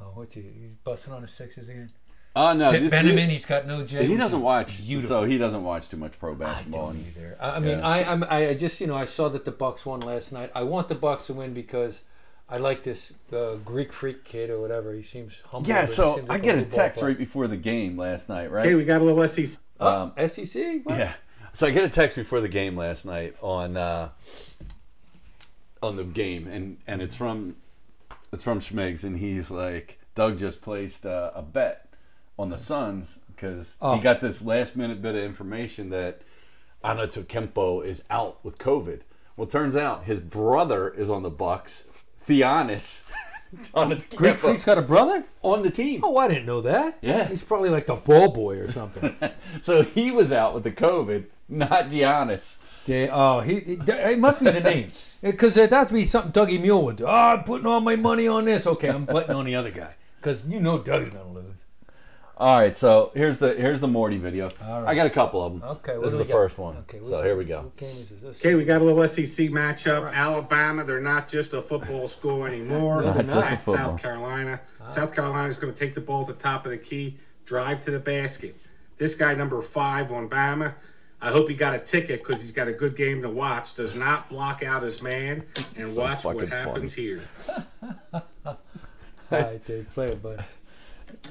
B: Oh, what's he? He's busting on his sixes again.
A: oh no,
B: Pitt
A: this-
B: Benjamin, he's got no J.
A: He doesn't watch,
B: Beautiful.
A: so he doesn't watch too much pro
B: I
A: basketball.
B: don't
A: and-
B: either. I, I mean,
A: Yeah.
B: I I'm, I I just you know I saw that the Bucks won last night. I want the Bucks to win because I like this uh, Greek freak kid or whatever. He seems humble.
A: yeah,
B: but he
A: so
B: seems
A: I
B: like
A: get a
B: good ball
A: text
B: player.
A: right before the game last night, right? Uh,
D: Okay, we got a little SEC.
B: Oh, SEC. What?
A: Yeah. So I get a text before the game last night on uh, on the game, and and it's from it's from Schmiggs, and he's like, Doug just placed uh, a bet on the Suns because
B: Oh.
A: he got this last minute bit of information that Ana Tokempo is out with COVID. Well, turns out his brother is on the Bucks, Theonis. on the
B: Greek freak's got a brother.
A: on the team.
B: Oh, I didn't know that.
A: Yeah.
B: he's probably like the ball boy or something.
A: So he was out with the COVID, not Giannis.
B: They- oh, he, he- it must be the name because that would be something Dougie Mule would do. Oh, I'm putting all my money on this. Okay, I'm betting on the other guy because you know Doug's gonna lose.
A: All right, so here's the here's the Morty video.
B: All right.
A: I got a couple of them.
B: Okay, what
A: this
B: do
A: is
B: we
A: the
B: got?
A: first one.
B: Okay,
A: so
B: what's-
A: here we go.
B: What game is this?
D: Okay, we got a little SEC matchup. Alabama, they're not just a football school anymore.
B: No,
A: they're not.
D: At South Carolina. South Carolina's going to take the ball at the top of the key, drive to the basket. This guy, number five on Bama, I hope he got a ticket because he's got a good game to watch. Does not block out his man, and watch what
A: fucking
D: happens here.
B: All right, Dave, play it, bud. All right.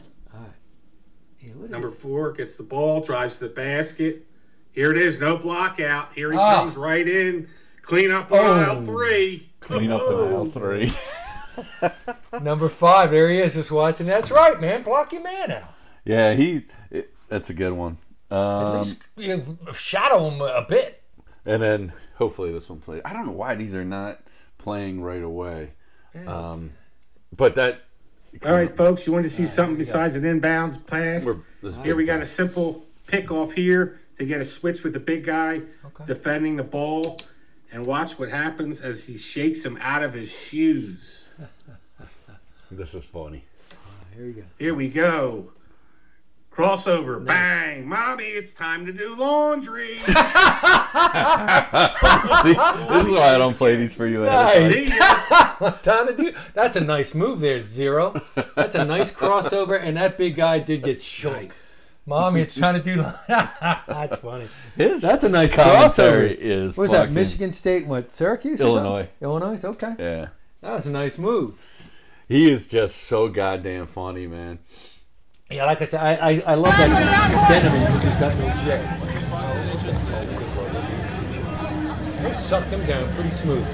B: Yeah, what is
D: Number four gets the ball, drives to the basket. Here it is, no block out. Here he
B: Ah.
D: comes right in. Clean up on
A: Oh.
D: aisle three.
A: Clean up the aisle three.
B: Number five, there he is, just watching. That's right, man. Block your man out.
A: yeah, he. It, that's a good one. Um,
B: Just, you know, shadow him a bit.
A: and then hopefully this one plays. I don't know why these are not playing right away. Um, but that
D: All right, folks, you wanted to see something besides an inbounds pass?
A: We're- this is
D: Here we
A: big
D: got a simple pick off here to get a switch with the big guy defending the ball. And watch what happens as he shakes him out of his shoes.
A: this is funny.
B: Here you go.
D: Here we go. Crossover, bang, mommy, it's time to do laundry.
A: See, this is why I don't play these for you. Addison.
D: See ya.
B: Time to do. That's a nice move there, Zero. That's a nice crossover, and that big guy did get shook.
D: Nice.
B: Mom, you're trying to do. li-" That's funny.
A: His
B: That's a nice
A: commentary
B: crossover.
A: is
B: What was that?
A: fucking-
B: Michigan State went Syracuse. or something?
A: Illinois.
B: Illinois. Okay.
A: Yeah,
B: That was a nice move.
A: he is just so goddamn funny, man.
B: Yeah, like I said, I I, I love that Benjamin because he's got no jet. They sucked him down pretty smooth.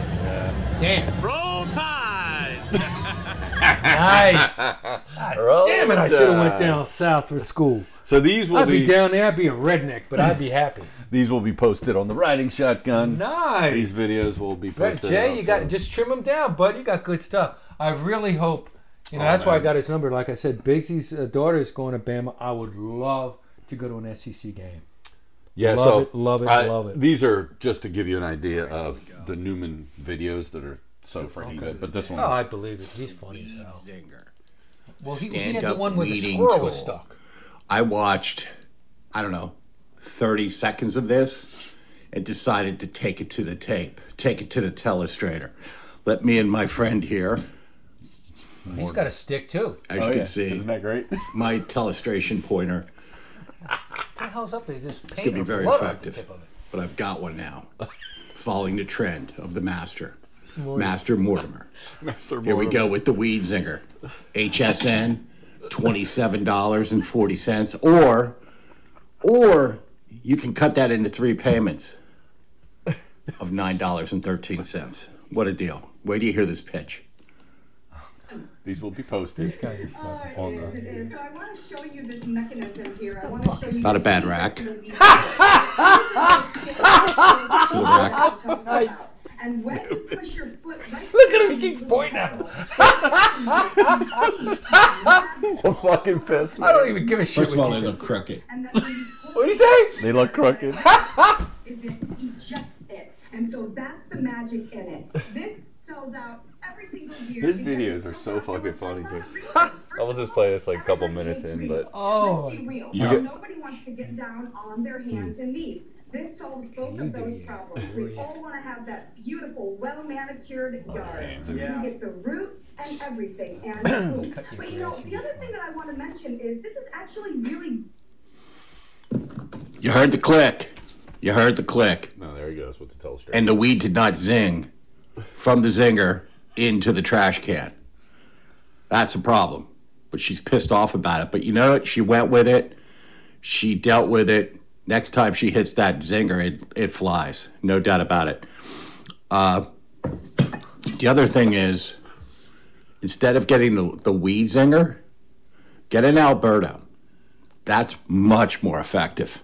B: Damn.
E: Roll Tide!
B: Nice. Damn it! I should have went down south for school.
A: So these will
B: I'd
A: be,
B: be down there. I'd be a redneck, but I'd be happy.
A: these will be posted on the Riding Shotgun.
B: Nice.
A: These videos will be
B: Right,
A: posted.
B: Jay, you got
A: also.
B: just trim him down, bud. You got good stuff. I really hope. You know,
A: Oh,
B: that's why I
A: man.
B: got his number. Like I said, Biggsy's uh, daughter is going to Bama. I would love to go to an SEC game.
A: Yeah,
B: Love
A: so
B: it, love it,
A: I-
B: love it.
A: These are just to give you an idea of the Newman videos that are so freaking good. But this one,
B: Oh, I
A: is,
B: believe it. He's funny as hell.
E: Zinger.
B: Well, he, he
E: Stand
B: had the
E: up
B: one where the
E: leading
B: squirrel was
E: tool.
B: stuck.
E: I watched, I don't know, 30 seconds of this and decided to take it to the tape, take it to the telestrator. Let me and my friend here,
B: He's got a stick too. What
E: as
A: Oh,
E: you
A: yeah.
E: can see,
A: isn't that great?
E: my telestration pointer,
B: the hell's up there? Just paint
E: could be
B: or
E: very
B: blood on the
E: effective.
B: tip of it.
E: but I've got one now, following the trend of the master, Master Mortimer.
A: Master
E: Here we go with the weed zinger. HSN, twenty-seven dollars and forty cents, or, or you can cut that into three payments of nine dollars and thirteen cents. What a deal! Wait till you hear this pitch.
A: These will be posted.
B: These guys are fucking
F: So I want to show you this mechanism here. I want to show you.
E: Not a bad rack. To the rack.
F: Nice. And when you push your foot right.
B: Look at him. He keeps pointing at him.
A: So fucking pissed.
B: I don't even give a shit.
E: First of all,
B: What
E: they
B: you say.
E: look crooked.
F: And then when you pull
B: What'd he say?
A: They look crooked.
F: it, it ejects it. And so that's the magic in it. This sells out every single year.
A: His
F: because
A: videos
F: it's
A: are so
F: about-
A: fucking funny, too.
F: I
A: will just play this, like, couple minutes in, but-
B: Oh.
A: You get- Hmm.
F: Nobody wants to get down on their hands and knees. This solves both
B: You
F: of
B: do
F: those
B: you.
F: problems.
B: Oh,
F: We
B: yeah.
F: all want to have that beautiful, well manicured yard.
A: hands and
F: You get the roots and everything. And
B: Cut your
F: but you know,
B: grass,
F: the
B: you
F: other thing that I want to mention is this is actually really
E: You heard the click. You heard the click.
A: No, there he goes with the telestrator.
E: And the weed did not zing from the zinger into the trash can. That's a problem. But she's pissed off about it. But you know what? She went with it. She dealt with it. Next time she hits that zinger, it, it flies. No doubt about it. Uh, the other thing is instead of getting the, the weed zinger, get an Alberta. That's much more effective.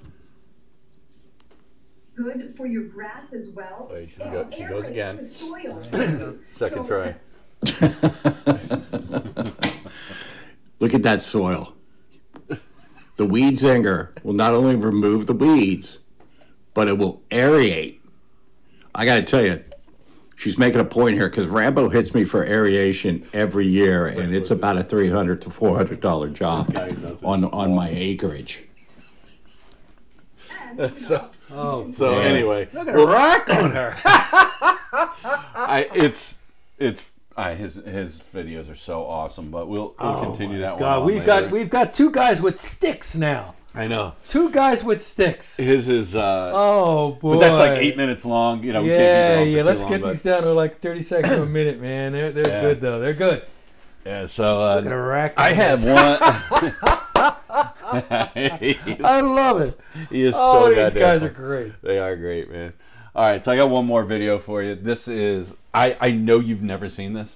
F: good for your grass as well.
A: Wait, she
F: It
A: Oh, go- she goes
F: aerates
A: again.
F: the soil.
A: Second
F: So-
A: try.
E: Look at that soil. The weed zinger will not only remove the weeds, but it will aerate. I got to tell you, she's making a point here because Rambo hits me for aeration every year, and it's about a three hundred to four hundred dollar job
A: guy does it.
E: on on my acreage.
F: And, you know,
A: So,
B: Oh.
A: so
E: Yeah.
A: anyway,
B: Look at a rock on her.
A: I it's it's I, his his videos are so awesome. But we'll we'll continue that one.
B: Oh God,
A: on
B: we've
A: later.
B: got we've got two guys with sticks now.
A: I know
B: Two guys with sticks.
A: his is. uh
B: Oh boy.
A: But that's like eight minutes long. You know, we
B: Yeah,
A: can't keep it on for
B: yeah.
A: too
B: Let's
A: long,
B: get
A: but-
B: these down to like 30 seconds to a minute, man. They're, they're
A: Yeah.
B: good though. They're good.
A: Yeah, so uh,
B: at a rack
A: I
B: on
A: have one.
B: I love it.
A: he is
B: Oh,
A: so
B: these
A: goddamn
B: guys are
A: funny.
B: great.
A: They are great, man. All right, so I got one more video for you. This is I I know you've never seen this.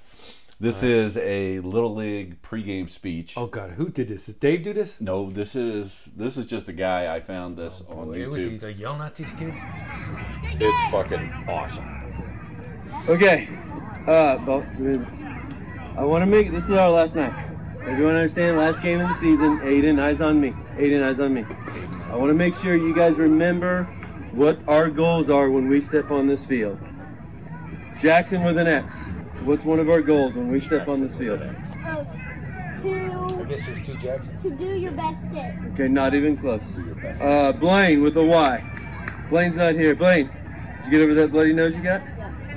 A: This is a little league pregame speech.
B: Oh God, who did this? Did Dave do this?
A: No, this is this is just a guy. I found this
B: Oh,
A: on YouTube.
B: either yelling at these kids.
A: It's fucking awesome.
G: Okay. Uh, both. I want to make this is our last night. Everyone understand? Last game of the season. Aiden, eyes on me. Aiden, eyes on me. I want to make sure you guys remember what our goals are when we step on this field. Jackson with an X. What's one of our goals when we step on this field?
H: of to
B: This is two Jackson.
H: to do your best day.
G: Okay, not even close. Uh, Blaine with a Y. Blaine's not here. Blaine, did you get over that bloody nose you got?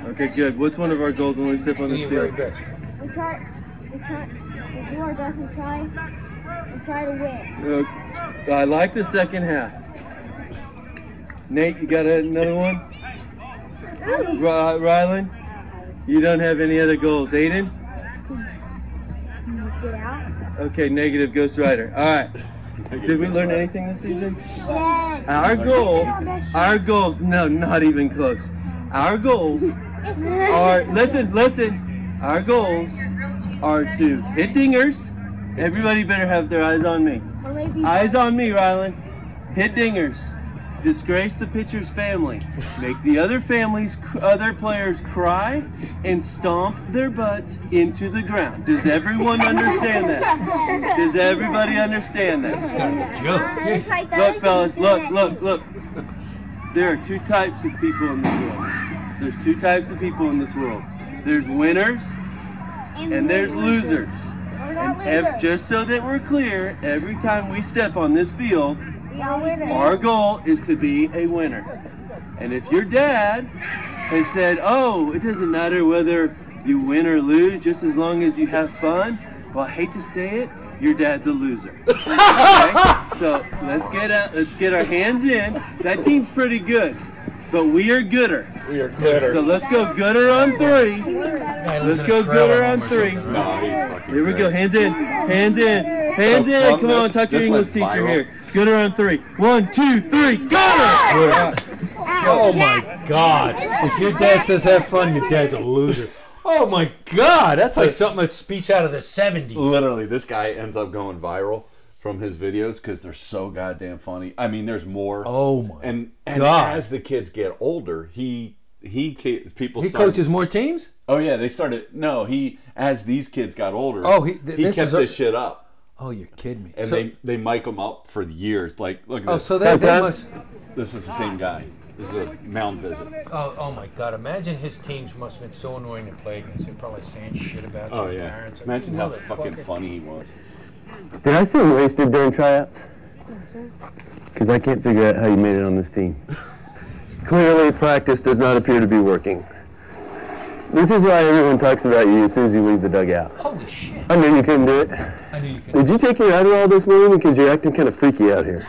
G: Okay, good. What's one of our goals when we step on
B: Do your
G: this
B: very
G: field?
B: best.
H: We try, we try, we do our best. We try, we try to win.
G: Uh, But I like the second half. Nate, you got another one? Ry- Rylan, you don't have any other goals. Aiden?
H: Yeah.
G: Okay, negative Ghost Rider. All right. Did we learn anything this season?
H: Yes.
G: Our goal,
H: that's
G: our goals, no, not even close. Our goals
H: It's
G: are, listen, listen, our goals are to hit dingers. Everybody better have their eyes on me. Eyes on me, Rylan. Hit dingers. Disgrace the pitcher's family. Make the other families, other players cry and stomp their butts into the ground. Does everyone understand that? Does everybody understand that?
H: It's like the
G: Look,
H: other
G: fellas,
H: teams
G: look,
H: do
G: look, look. There are two types of people in this world. There's two types of people in this world. There's winners
H: that too.
G: and there's losers.
H: We're
G: And
H: not
G: ev-
H: losers.
G: just so that we're clear, every time we step on this field,
H: We are
G: our
H: winners.
G: goal is to be a winner. And if your dad has said, oh, it doesn't matter whether you win or lose, just as long as you have fun, well, I hate to say it, your dad's a loser. Okay? So let's get out, let's get our hands in. That team's pretty good, but we are gooder.
C: We are glitter.
G: So let's go gooder on three. Let's go gooder on three.
C: Oh, he's fucking
G: Here we go.
C: great.
G: Hands in. Hands in. Hands
A: So
G: in.
A: from
G: Come on,
A: this-
G: talk to your
A: this
G: English
A: went
G: teacher
A: viral.
G: here. Good her on three. One, two, three. Go!
B: Oh my God! If your dad says have fun, your dad's a loser. Oh my God! That's like something a speech out of the '70s.
A: Literally, this guy ends up going viral from his videos because they're so goddamn funny. I mean, there's more.
B: Oh my!
A: and and
B: God.
A: as the kids get older, he he ca- people
B: he
A: started-
B: coaches more teams.
A: Oh yeah, they started. No, he as these kids got older.
B: Oh, he- th-
A: he
B: this
A: kept
B: is a-
A: this shit up,
B: Oh, you're kidding me.
A: and
B: So-
A: they they mic him up for years. Like look at
B: oh,
A: this.
B: so that, that must.
A: this is the same guy. This is a mound visit.
B: Oh, oh my God! Imagine his teams must have been so annoying to play against. They're probably saying shit about
A: Oh
B: your
A: yeah,
B: parents.
A: imagine how fucking
B: Motherfucker.
A: funny he was.
G: Did I say wasted during tryouts? Because I can't figure out how you made it on this team. Clearly, practice does not appear to be working. This is why everyone talks about you as soon as you leave the dugout.
B: Holy shit!
G: I knew you couldn't do it.
B: I knew you could.
G: Did you take your Adderall this morning? Because you're acting kind of freaky out here.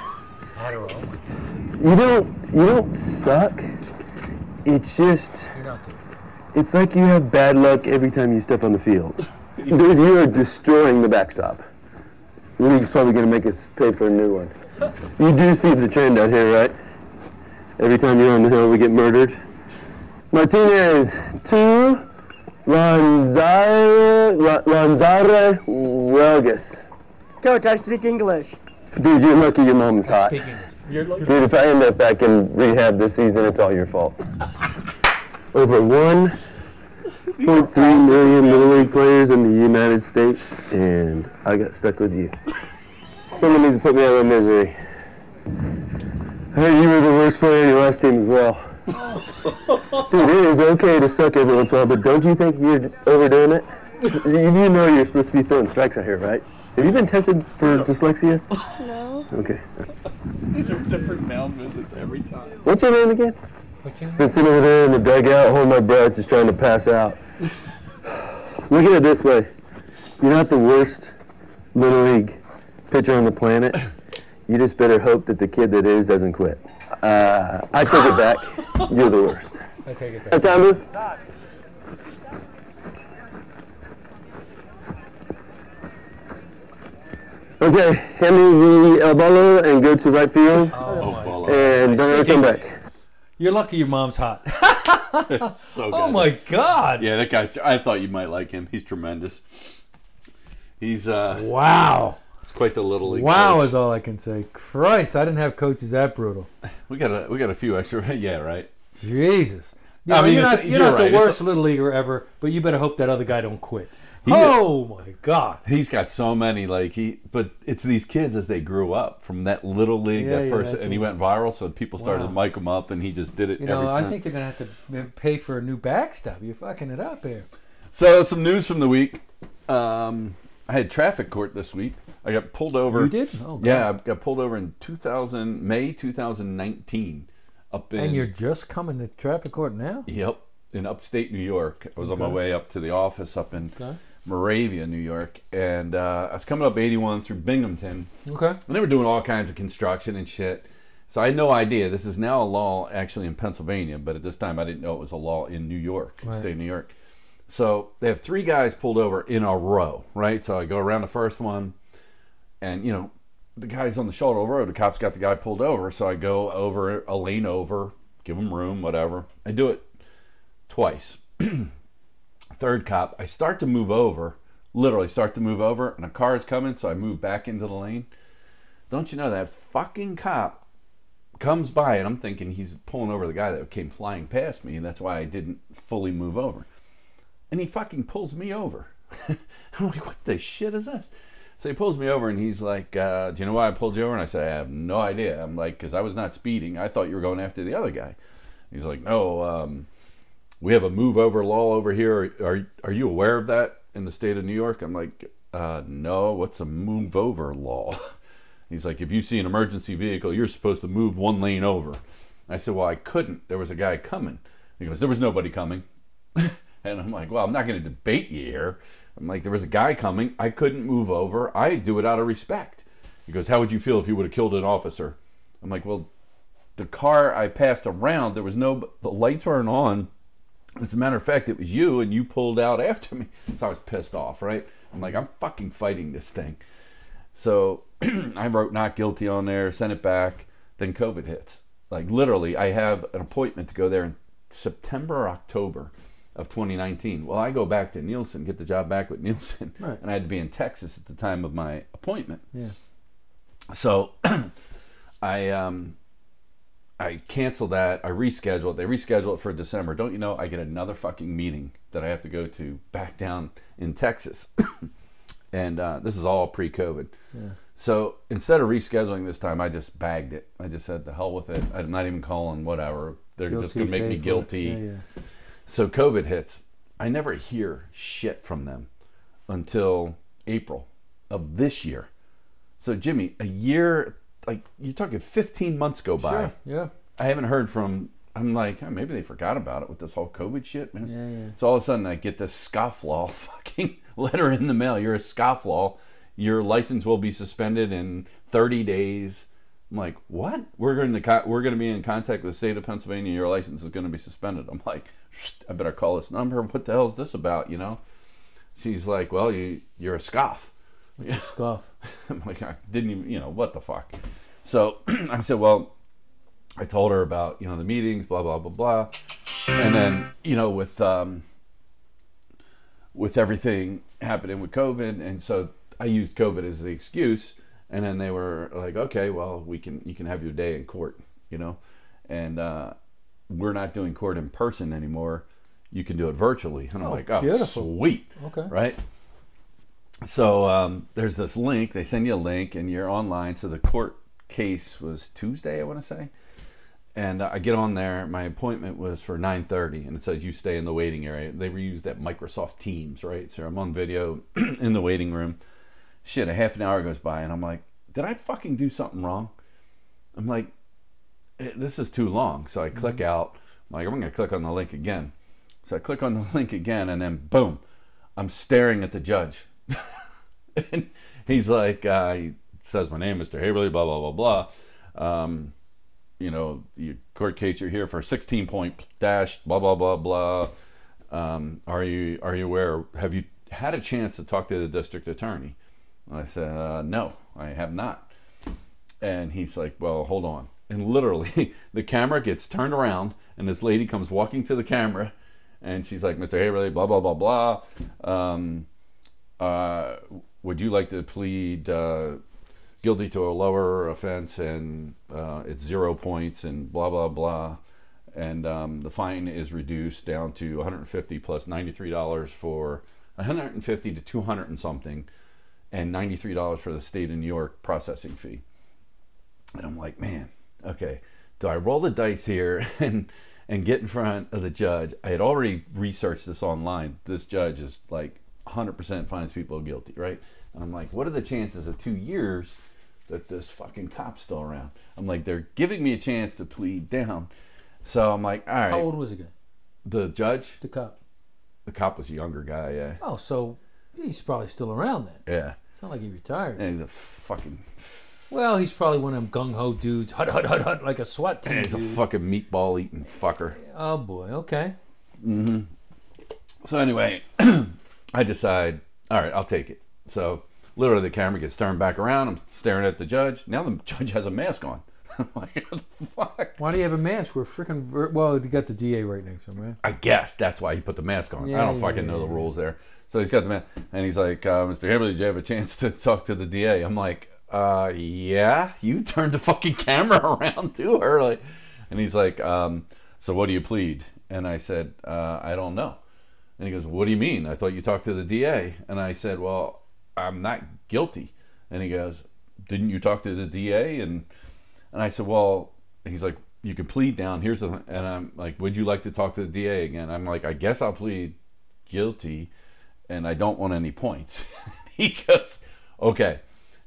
B: Adderall.
G: You don't. You don't suck. It's just.
B: You're not good.
G: It's like you have bad luck every time you step on the field. Dude, you are destroying the backstop. The league's probably going to make us pay for a new one. You do see the trend out here, right? Every time you're on the hill, we get murdered. Martinez, two. Lanzare, Ra- Lanzare, Ruggis.
I: Coach, I speak English.
G: Dude, you're lucky your mom's hot.
B: Speaking.
G: Dude, if I end up back in rehab this season, it's all your fault. Over 1.3 million Little League players in the United States, and I got stuck with you. Someone needs to put me out of my misery. I heard you were the worst player in your last team as well. Dude, it is okay to suck every once in a while, but don't you think you're overdoing it? You do know you're supposed to be throwing strikes out here, right? Have you been tested for dyslexia?
H: No.
G: Okay.
A: Different mound visits every time.
G: What's your name again?
B: What's your
G: Been sitting over there in the dugout, holding my breath, just trying to pass out. Look at it this way: you're not the worst little league pitcher on the planet. You just better hope that the kid that is doesn't quit. Uh, I take it back. You're the worst.
B: I take it back.
G: Hey, Tamu. Okay, hand me the uh, bolo and go to right field,
A: Oh, Bolo.
G: and don't ever come back.
B: You're lucky your mom's hot.
A: so
B: Oh
A: good.
B: my God!
A: Yeah, that guy's. I thought you might like him. He's tremendous. He's uh,
B: Wow.
A: it's quite the little league.
B: Wow
A: coach.
B: is all I can say. Christ, I didn't have coaches that brutal.
A: we got a we got a few extra. Yeah, right.
B: Jesus.
A: I
B: Yeah, I
A: mean,
B: mean, you're
A: it's-
B: not, you're
A: you're
B: not
A: right.
B: the
A: It's
B: worst little leaguer ever, but you better hope that other guy don't quit.
A: is-
B: oh my God!
A: He's got so many like he, but it's these kids as they grew up from that little league
B: Yeah,
A: that
B: yeah,
A: first,
B: that's
A: and he went viral. So people started to
B: Wow.
A: mic him up, and he just did it.
B: You know,
A: every time.
B: I think they're gonna have to m- pay for a new backstop. You're fucking it up here.
A: so. Some news from the week. Um, I had traffic court this week. I got pulled over.
B: You did? Oh, God.
A: yeah, I got pulled over in 2000 May 2019 up in
B: And you're just coming to traffic court now.
A: Yep, in upstate New York. I was on my way up to the office up in Moravia, New York, and uh, I was coming up 81 through Binghamton,
B: Okay.
A: and they were doing all kinds of construction and shit. So I had no idea. This is now a law actually in Pennsylvania, but at this time I didn't know it was a law in New York, the state of New York. So they have three guys pulled over in a row, right? So I go around the first one, and you know, the guy's on the shoulder of the road. The cop's got the guy pulled over, so I go over a lane over, give him room, whatever. I do it twice. Third cop, I start to move over, literally start to move over, and a car is coming, so I move back into the lane. Don't you know that fucking cop comes by and I'm thinking he's pulling over the guy that came flying past me, and that's why I didn't fully move over. And he fucking pulls me over. I'm like, what the shit is this? So he pulls me over and he's like, uh, Do you know why I pulled you over? And I said, I have no idea. I'm like, Because I was not speeding. I thought you were going after the other guy. He's like, No, um, we have a move over law over here. Are, are, are you aware of that in the state of New York? I'm like, uh, No, what's a move over law? He's like, if you see an emergency vehicle, you're supposed to move one lane over. I said, well, I couldn't. There was a guy coming. He goes, there was nobody coming. and I'm like, well, I'm not going to debate you here. I'm like, there was a guy coming. I couldn't move over. I do it out of respect. He goes, how would you feel if you would have killed an officer? I'm like, well, the car I passed around, there was no, the lights weren't on. As a matter of fact, it was you, and you pulled out after me. So I was pissed off, right? I'm like, I'm fucking fighting this thing. So I wrote not guilty on there, sent it back. Then COVID hits. Like literally, I have an appointment to go there in September or October of 2019. Well, I go back to Nielsen, get the job back with Nielsen,
B: Right.
A: and I had to be in Texas at the time of my appointment.
B: Yeah.
A: So I um I canceled that. I rescheduled. They rescheduled it for December. Don't you know? I get another fucking meeting that I have to go to back down in Texas, and uh, this is all pre-COVID. So instead of rescheduling this time, I just bagged it. I just said the hell with it. I'm not even calling. Whatever. They're just gonna
B: Guilty,
A: make
B: pay
A: me
B: for it.
A: guilty.
B: Yeah, yeah.
A: So COVID hits. I never hear shit from them until April of this year. So Jimmy, a year like you're talking 15 months go by.
B: Sure. Yeah.
A: I haven't heard from. I'm like, "Oh, maybe they forgot about it with this whole COVID shit, man.
B: Yeah, yeah.
A: So all of a sudden, I get this scofflaw fucking letter in the mail. You're a scofflaw. Your license will be suspended in 30 days. I'm like, what? We're going to co- we're going to be in contact with the state of Pennsylvania. Your license is going to be suspended. I'm like, "Psst, I better call this number. What the hell is this about? You know? She's like, well, you you're a scoff.
B: Scoff.
A: I'm like, I didn't even, you know, what the fuck. So I said, well, I told her about, you know, the meetings, blah, blah, blah, blah. And then, you know, with, um, with everything happening with COVID. And so I used COVID as the excuse. And then they were like, okay, well, we can, you can have your day in court, you know? And, uh, we're not doing court in person anymore. You can do it virtually. And I'm like, oh,
B: beautiful.
A: sweet.
B: Okay.
A: Right? So um, there's this link. They send you a link, and you're online. So the court case was Tuesday, I want to say. And I get on there. My appointment was for 9:30, and it says you stay in the waiting area. They reuse that Microsoft Teams, right? So I'm on video in the waiting room. Shit, a half an hour goes by, and I'm like, did I fucking do something wrong? I'm like, eh, this is too long. So I click out. I'm like, I'm gonna click on the link again. So I click on the link again, and then boom, I'm staring at the judge. and he's like, uh, he says, My name is Mr. Haverly, blah, blah, blah, blah. Um, you know, your court case, you're here for 16 point dash, blah, blah, blah, blah. Um, are you are you aware? Have you had a chance to talk to the district attorney? And I said, uh, No, I have not. And he's like, Well, hold on. And literally, the camera gets turned around, and this lady comes walking to the camera, and she's like, Mr. Haverly, blah, blah, blah, blah. Um, uh, would you like to plead uh, guilty to a lower offense and uh, it's zero points and blah blah blah and um, the fine is reduced down to 150 plus $93 for 150 to 200 and something and $93 for the state of new york processing fee and i'm like man okay do i roll the dice here and and get in front of the judge i had already researched this online this judge is like 100% finds people guilty right and i'm like what are the chances of two years that this fucking cop's still around i'm like they're giving me a chance to plead down so i'm like all right
B: How old was the guy?
A: the judge
B: The cop.
A: the cop was a younger guy yeah
B: Oh, so He's probably still around then.
A: Yeah.
B: It's not like he retired.
A: And he's a fucking.
B: Well, he's probably one of them gung ho dudes, hut hut hut hut, like a SWAT team.
A: Eh, He's a
B: dude.
A: fucking meatball eating fucker.
B: oh boy, okay.
A: So anyway, I decide, all right, I'll take it. So literally, the camera gets turned back around. I'm staring at the judge. Now the judge has a mask on. I'm like, what the fuck?
B: Why do you have a mask? We're freaking. Ver- well, you got the DA right next to him, right?
A: I guess that's why he put the mask on. I
B: Yeah,
A: don't
B: yeah,
A: fucking
B: yeah,
A: know the
B: yeah.
A: rules there. So he's got the mask, and he's like, uh, Mr. Hammer, did you have a chance to talk to the DA? I'm like, uh, yeah. You turned the fucking camera around too early. And he's like, um, so what do you plead? And I said, uh, I don't know. And he goes, What do you mean? I thought you talked to the DA. And I said, Well, I'm not guilty. And he goes, Didn't you talk to the DA? And and I said, Well, he's like, You can plead down. Here's the thing." and I'm like, Would you like to talk to the DA again? I'm like, I guess I'll plead guilty and I don't want any points. he goes, Okay.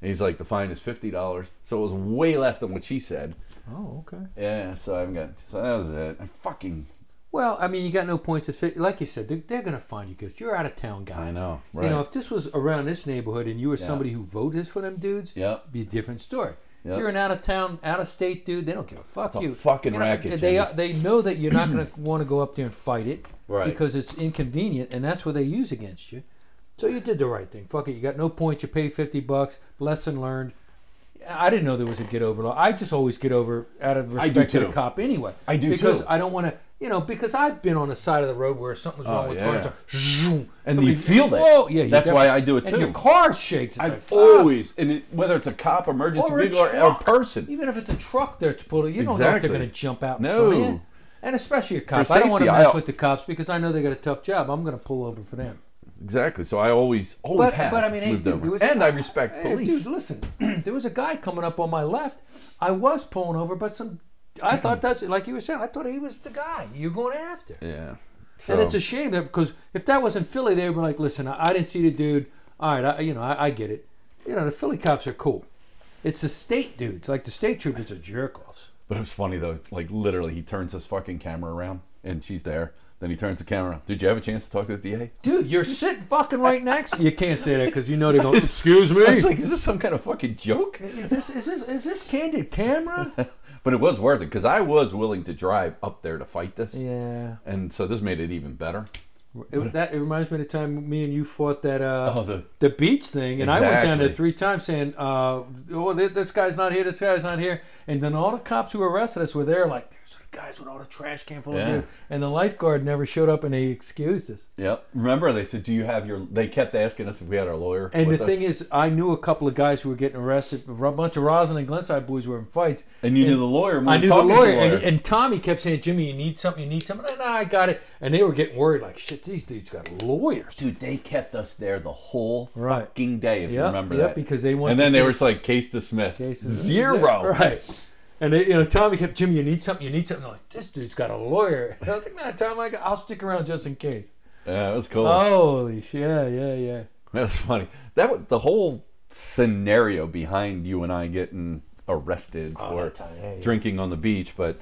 A: And he's like, The fine is fifty dollars. So it was way less than what she said.
B: Oh, okay.
A: Yeah, so I haven't got so that was it. I fucking
B: Well, I mean, you got no point to fit. Like you said, they're, they're going to find you because you're out of town, guy.
A: I know, right.
B: You know, if this was around this neighborhood and you were somebody who voted for them dudes,
A: Yep.
B: be a different story.
A: Yep.
B: You're an out of town, out of state dude. They don't give a fuck
A: It's a
B: you.
A: fucking
B: you know,
A: racket,
B: They
A: Jimmy.
B: they know that you're not going to want to go up there and fight it
A: Right.
B: because it's inconvenient, and that's what they use against you. So you did the right thing. Fuck it. You got no point. You paid fifty bucks. Lesson learned. I didn't know there was a get over law. I just always get over out of
A: do
B: respect to the
A: too.
B: cop anyway.
A: I do
B: because
A: too.
B: I don't want to, you know, because I've been on the side of the road where something was wrong
A: Oh,
B: with
A: yeah.
B: cars. so zoom,
A: And
B: somebody-
A: you feel that.
B: Oh yeah, you
A: That's why
B: definitely-
A: I do it
B: And
A: too.
B: your car shakes. It's like,
A: I've
B: fuck.
A: always, and it, whether it's a cop, emergency
B: Or a
A: vehicle, or, or a
B: truck.
A: person.
B: Even if it's a truck that's pulled, you don't know if they're
A: Exactly.
B: going to jump out. in
A: No.
B: front of you. and especially a cop. I don't want to
A: safety, I-
B: mess with the cops because I know they got a tough job. I'm going to pull over for them.
A: Exactly. So I always, always
B: But,
A: have
B: but I mean, hey,
A: moved
B: dude,
A: over.
B: there was-
A: and I respect
B: Hey,
A: police.
B: dude, listen, there was a guy coming up on my left. I was pulling over, but some. I thought that's like you were saying. I thought he was the guy you're going after.
A: yeah. So,
B: And it's a shame that because if that was in Philly, they would be like, "Listen, I, I didn't see the dude. All right, I, you know, I, I get it. You know, the Philly cops are cool. It's the state dudes, like the state troopers, are jerk offs.
A: but it was funny though. Like literally, he turns his fucking camera around, and she's there. Then he turns the camera. Did you have a chance to talk to the DA?
B: Dude, you're sitting fucking right next. to You can't say that because you know they go. Excuse me.
A: I was like, is this some kind of fucking joke?
B: is this is this is this candid camera?
A: But it was worth it because I was willing to drive up there to fight this.
B: yeah.
A: And so this made it even better.
B: It, that it reminds me of the time me and you fought that uh,
A: Oh, the-
B: beach thing, and I went down there
A: Exactly.
B: three times saying, uh, "Oh, th- this guy's not here, this guy's not here," and then all the cops who arrested us were there, like there's the guys with all the trash can full
A: Yeah.
B: of beer, and the lifeguard never showed up, and they excused us.
A: Yep. Remember, they said, "Do you have your?" They kept asking us if we had our lawyer.
B: And
A: with
B: the
A: us.
B: thing is, I knew a couple of guys who were getting arrested. A bunch of Roslyn and Glenside boys were in fights.
A: and you knew the lawyer. and we
B: I
A: were
B: knew the
A: talking to
B: lawyer, and, and Tommy kept saying, "Jimmy, you need something. You need something." And I got it, and they were getting worried, like, "Shit, these dudes got lawyers."
A: Dude, they kept us there the whole
B: Right.
A: fucking day. If you
B: Yep,
A: remember
B: yep,
A: that,
B: because they wanted
A: And then
B: to
A: they
B: see-
A: were just like, case dismissed,
B: cases.
A: zero.
B: Right. And they, you know, Tommy kept Jimmy. You need something. You need something. I'm like this dude's got a lawyer. And I was like, Nah, Tom, I got, I'll stick around just in case.
A: Yeah, that was cool.
B: Oh, Holy shit! Yeah, yeah, yeah.
A: That was funny. That was, the whole scenario behind you and I getting arrested
B: Oh,
A: for drinking on the beach, but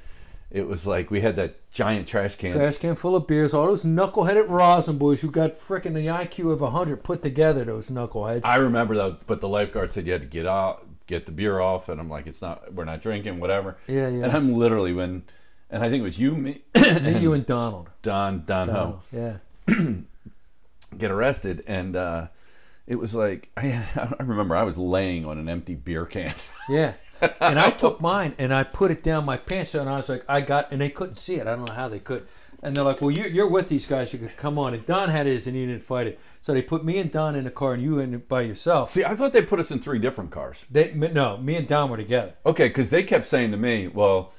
A: it was like we had that giant trash can.
B: Trash can full of beers. All those knuckleheaded Rosin boys who got frickin' the IQ of hundred put together. Those knuckleheads.
A: I remember that, but the lifeguard said you had to get out, get the beer off, and I'm like, it's not, we're not drinking, whatever.
B: Yeah, yeah.
A: And I'm literally when, and I think it was you, me,
B: Me, you, and Donald.
A: Don, Don Ho.
B: Oh, yeah.
A: get arrested and uh it was like I, I remember I was laying on an empty beer can.
B: Yeah. And I took mine and I put it down my pants, and I was like, I got, and they couldn't see it. I don't know how they could. And they're like, Well, you're, you're with these guys. You could come on. And Don had his, and he didn't fight it. So they put me and Don in the car, and you in it by yourself.
A: See, I thought they put us in three different cars.
B: They me- no, me and Don were together.
A: Okay, because they kept saying to me, "Well,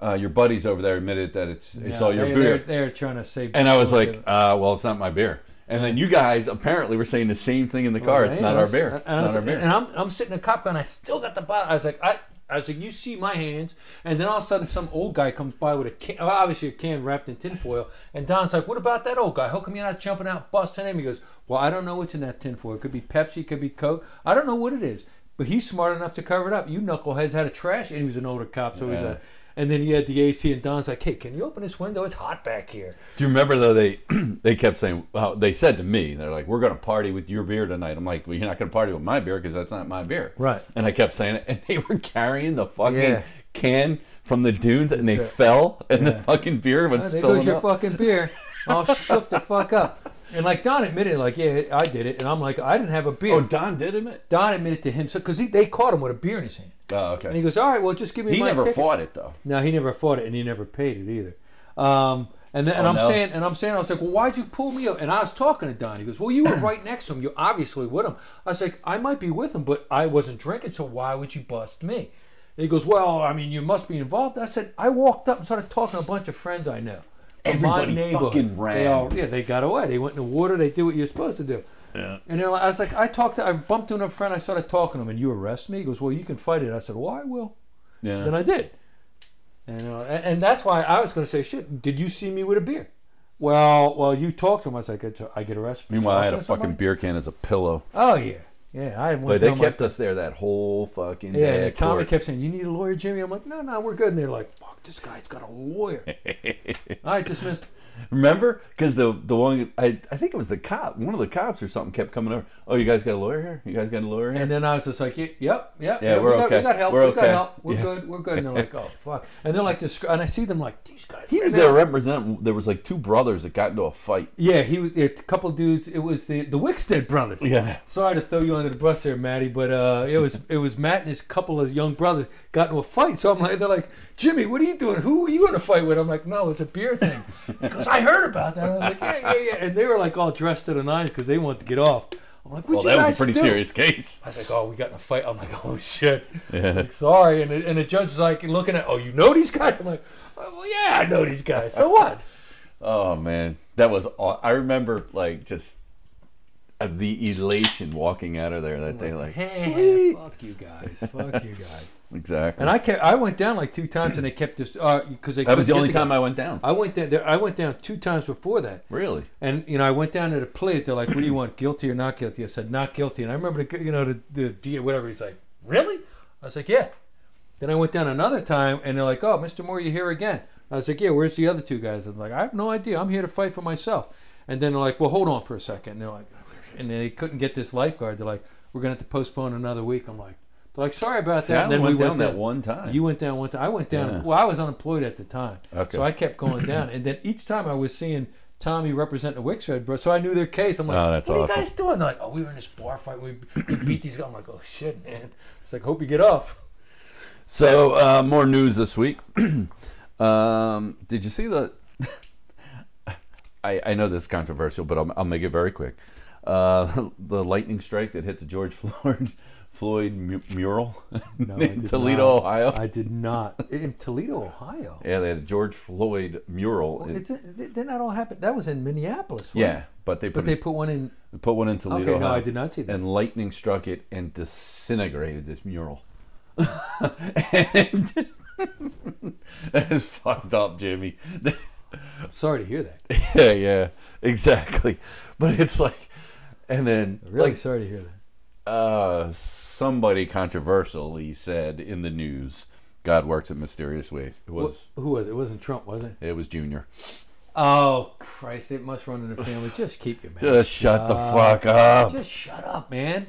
A: uh, your buddies over there admitted that it's it's all your
B: they,
A: beer,"
B: They're, they're trying to save.
A: and I was like,
B: bullshit.
A: uh, "Well, it's not my beer." And then you guys apparently were saying the same thing in the car. it's
B: Right?
A: not
B: And I
A: our
B: was-
A: beer.
B: And,
A: It's
B: I
A: not
B: was-
A: our beer.
B: and I'm, I'm sitting in a cop car, and I still got the bottle. I was like, I. I was like, you see my hands, and then all of a sudden, some old guy comes by with a can, well, obviously a can wrapped in tinfoil, and Don's like, "What about that old guy? How come you're not jumping out, busting him?" He goes, "Well, I don't know what's in that tinfoil. It could be Pepsi, it could be Coke. I don't know what it is, but he's smart enough to cover it up. You knuckleheads had a trash, and he was an older cop, so he's
A: Yeah.
B: a." And then he had the AC, and Don's like, "Hey, can you open this window? It's hot back here."
A: Do you remember though they they kept saying well, they said to me they're like we're gonna party with your beer tonight. I'm like well you're not gonna party with my beer because that's not my beer.
B: Right.
A: And I kept saying it, and they were carrying the fucking
B: Yeah.
A: can from the dunes, and they fell, and the fucking beer
B: Oh,
A: was
B: there
A: spilling
B: goes your
A: up.
B: fucking beer. All shook the fuck up. And like Don admitted, like, yeah, I did it. And I'm like, I didn't have a beer.
A: oh, Don did admit.
B: Don admitted to him, so because they caught him with a beer in his hand,
A: Oh,
B: and he
A: okay.
B: goes, "All right, well, just give me
A: He
B: my
A: never
B: ticket."
A: fought it though.
B: No, he never fought it, and he never paid it either. Um, and then, and
A: Oh,
B: I'm
A: no.
B: saying, and I'm saying, I was like, well, why'd you pull me up? And I was talking to Don. He goes, well, you were right next to him. You're obviously with him. I was like, I might be with him, but I wasn't drinking, so why would you bust me? And he goes, well, I mean, you must be involved. I said, I walked up and started talking to a bunch of friends I know. from my
A: Everybody
B: neighborhood.
A: fucking
B: They
A: ran.
B: all, yeah, they got away. They went in the water. They did what you're supposed to do.
A: Yeah.
B: And then I was like, I talked to, I bumped into a friend. I started talking to him, and you arrest me? He goes, well, you can fight it. I said, well, I will.
A: Yeah.
B: Then I did. And, uh, and, and that's why I was going to say, shit, did you see me with a beer? Well, well, you talked to him. I was like, I get, I get arrested. for
A: Meanwhile, I had
B: talking
A: a
B: to somebody.
A: fucking beer can as a pillow.
B: Oh, yeah. Yeah, I had one.
A: But they
B: down my-
A: kept us there that whole fucking
B: Yeah,
A: day.
B: and
A: at
B: Tommy
A: court.
B: kept saying, you need a lawyer, Jimmy? I'm like, no, no, we're good. And they're like, fuck, this guy's got a lawyer. All right, dismissed.
A: Remember? Because the the one I, I think it was the cop, one of the cops or something, kept coming over. Oh, you guys got a lawyer here? You guys got a lawyer here?
B: And then I was just like, "Ye- yep, yep,
A: Yeah,
B: we
A: we're
B: got, We
A: okay.
B: got help.
A: We're
B: we got
A: okay.
B: help. We're
A: Yeah.
B: good. We're good. And they're like, oh, fuck. And they're like, this, and I see them like, these guys.
A: he was
B: and
A: there
B: they're-
A: representing. There was like two brothers that got into a fight.
B: Yeah, he was. A couple dudes. It was the the Wickstead brothers.
A: Yeah.
B: Sorry to throw you under the bus there, Matty, but uh, it was it was Matt and his couple of young brothers got into a fight. So I'm like, they're like, Jimmy, what are you doing? Who are you in a fight with? I'm like, no, it's a beer thing. Because I heard about that. I was like, yeah, yeah, yeah. And they were like all dressed to the nines because they wanted to get off. I'm like,
A: Well,
B: what
A: that was a pretty
B: do?
A: serious case.
B: I was like, oh, we got in a fight. I'm like, oh shit.
A: Yeah.
B: Like, sorry. And the, and the judge is like looking at, oh, you know these guys? I'm like, oh, well, yeah, I know these guys. So what?
A: Oh man, that was. Aw- I remember like just uh, the elation walking out of there that day. Like
B: Hey, fuck you guys. Fuck you guys.
A: exactly.
B: And I kept, I went down like two times, and they kept this because they.
A: that was the
B: couldn't
A: only
B: get
A: time I went down.
B: I went down. There, I went down two times before that,
A: really?
B: and you know I went down to the plea. They're like, "What do you want, guilty or not guilty?" I said, "Not guilty." And I remember, the, you know, the, the D whatever. He's like, "Really?" I was like, "Yeah." Then I went down another time, and they're like, "Oh, Mr. Moore, you're here again." I was like, "Yeah, where's the other two guys?" I'm like, "I have no idea. I'm here to fight for myself." And then they're like, "Well, hold on for a second. And they're like, and they couldn't get this lifeguard. They're like, "We're gonna have to postpone another week." I'm like, "They're like, sorry about
A: See,
B: that."
A: I
B: and then
A: went
B: we
A: down
B: went
A: that
B: down.
A: one time.
B: You went down one time. I went down.
A: Yeah.
B: Well, I was unemployed at the time,
A: Okay.
B: so I kept going down. And then each time I was seeing Tommy representing the Wixred, bro. So I knew their case. I'm like,
A: Oh, that's
B: what are
A: awesome.
B: you guys doing? They're like, oh, we were in this bar fight. We, we beat these guys. I'm like, oh shit, man. It's like, hope you get off.
A: So uh, more news this week. um, did you see the? I, I know this is controversial, but I'll, I'll make it very quick. Uh, the lightning strike that hit the George Floyd Floyd mu- mural
B: No, I
A: in
B: did
A: Toledo,
B: not.
A: Ohio.
B: I did not in Toledo, Ohio.
A: yeah, they had a George Floyd mural.
B: Well,
A: It-
B: it's, it, then that all happened. That was in Minneapolis. wasn't
A: yeah,
B: it?
A: but they put
B: but they
A: it-
B: put one in.
A: they put one in Toledo.
B: Okay, no,
A: Ohio,
B: I did not see that.
A: And lightning struck it and disintegrated this mural. and that is fucked up, Jimmy.
B: I'm sorry to hear that.
A: Yeah, yeah, exactly. But it's like, and then
B: Really
A: like
B: sorry to hear that.
A: uh, somebody controversially said in the news, "God works in mysterious ways." It was
B: Wh- who was it? It wasn't Trump, was it?
A: it was Junior.
B: Oh Christ! It must run in the family. Just keep your mouth.
A: Just shut the fuck up.
B: Just shut up, man.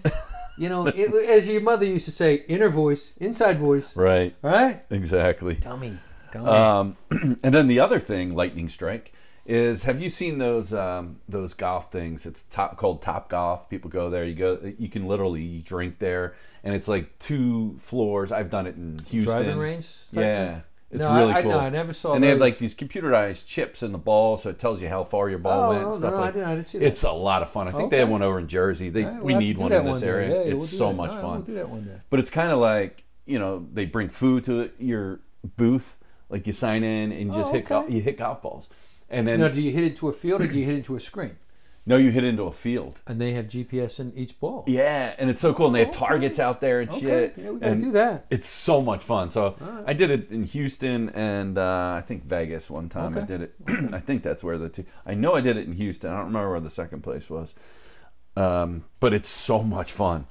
B: You know, it, as your mother used to say, inner voice, inside voice,
A: Right,
B: right?
A: exactly.
B: Dummy, dummy.
A: Um, and then the other thing, lightning strike, is have you seen those um, those golf things? It's top called Top Golf. People go there. You go. You can literally drink there, and it's like two floors. I've done it in Houston.
B: Driving range. type
A: Yeah.
B: thing?
A: It's
B: No, I-
A: really
B: I-
A: cool.
B: no, I never saw
A: And they have
B: those.
A: like these computerized chips in the ball, so it tells you how far your ball
B: Oh,
A: went.
B: no,
A: and stuff
B: no, I
A: like
B: didn't- I didn't see that.
A: It's a lot of fun. I think they
B: Okay.
A: have one over in Jersey. They,
B: All right, we'll
A: we
B: have to
A: need
B: do
A: one
B: that
A: in this
B: day.
A: area.
B: Yeah, yeah,
A: it's
B: we'll do
A: so
B: that.
A: much
B: All right,
A: fun.
B: We'll do that one day.
A: But it's kind of like you know they bring food to your booth, like you sign in and you just hit
B: Oh, okay.
A: golf, you hit golf balls, and then
B: Now,
A: no,
B: do you hit into a field or do you hit into a screen?
A: you hit into a field.
B: And they have GPS in each ball.
A: Yeah, and it's so cool, and they have targets out there and
B: Okay.
A: shit.
B: Yeah, we gotta
A: and
B: do that.
A: It's so much fun. So I did it in Houston and uh, I think Vegas one time. I
B: Okay.
A: did it. I think that's where the two. I know I did it in Houston. I don't remember where the second place was, um, but it's so much fun.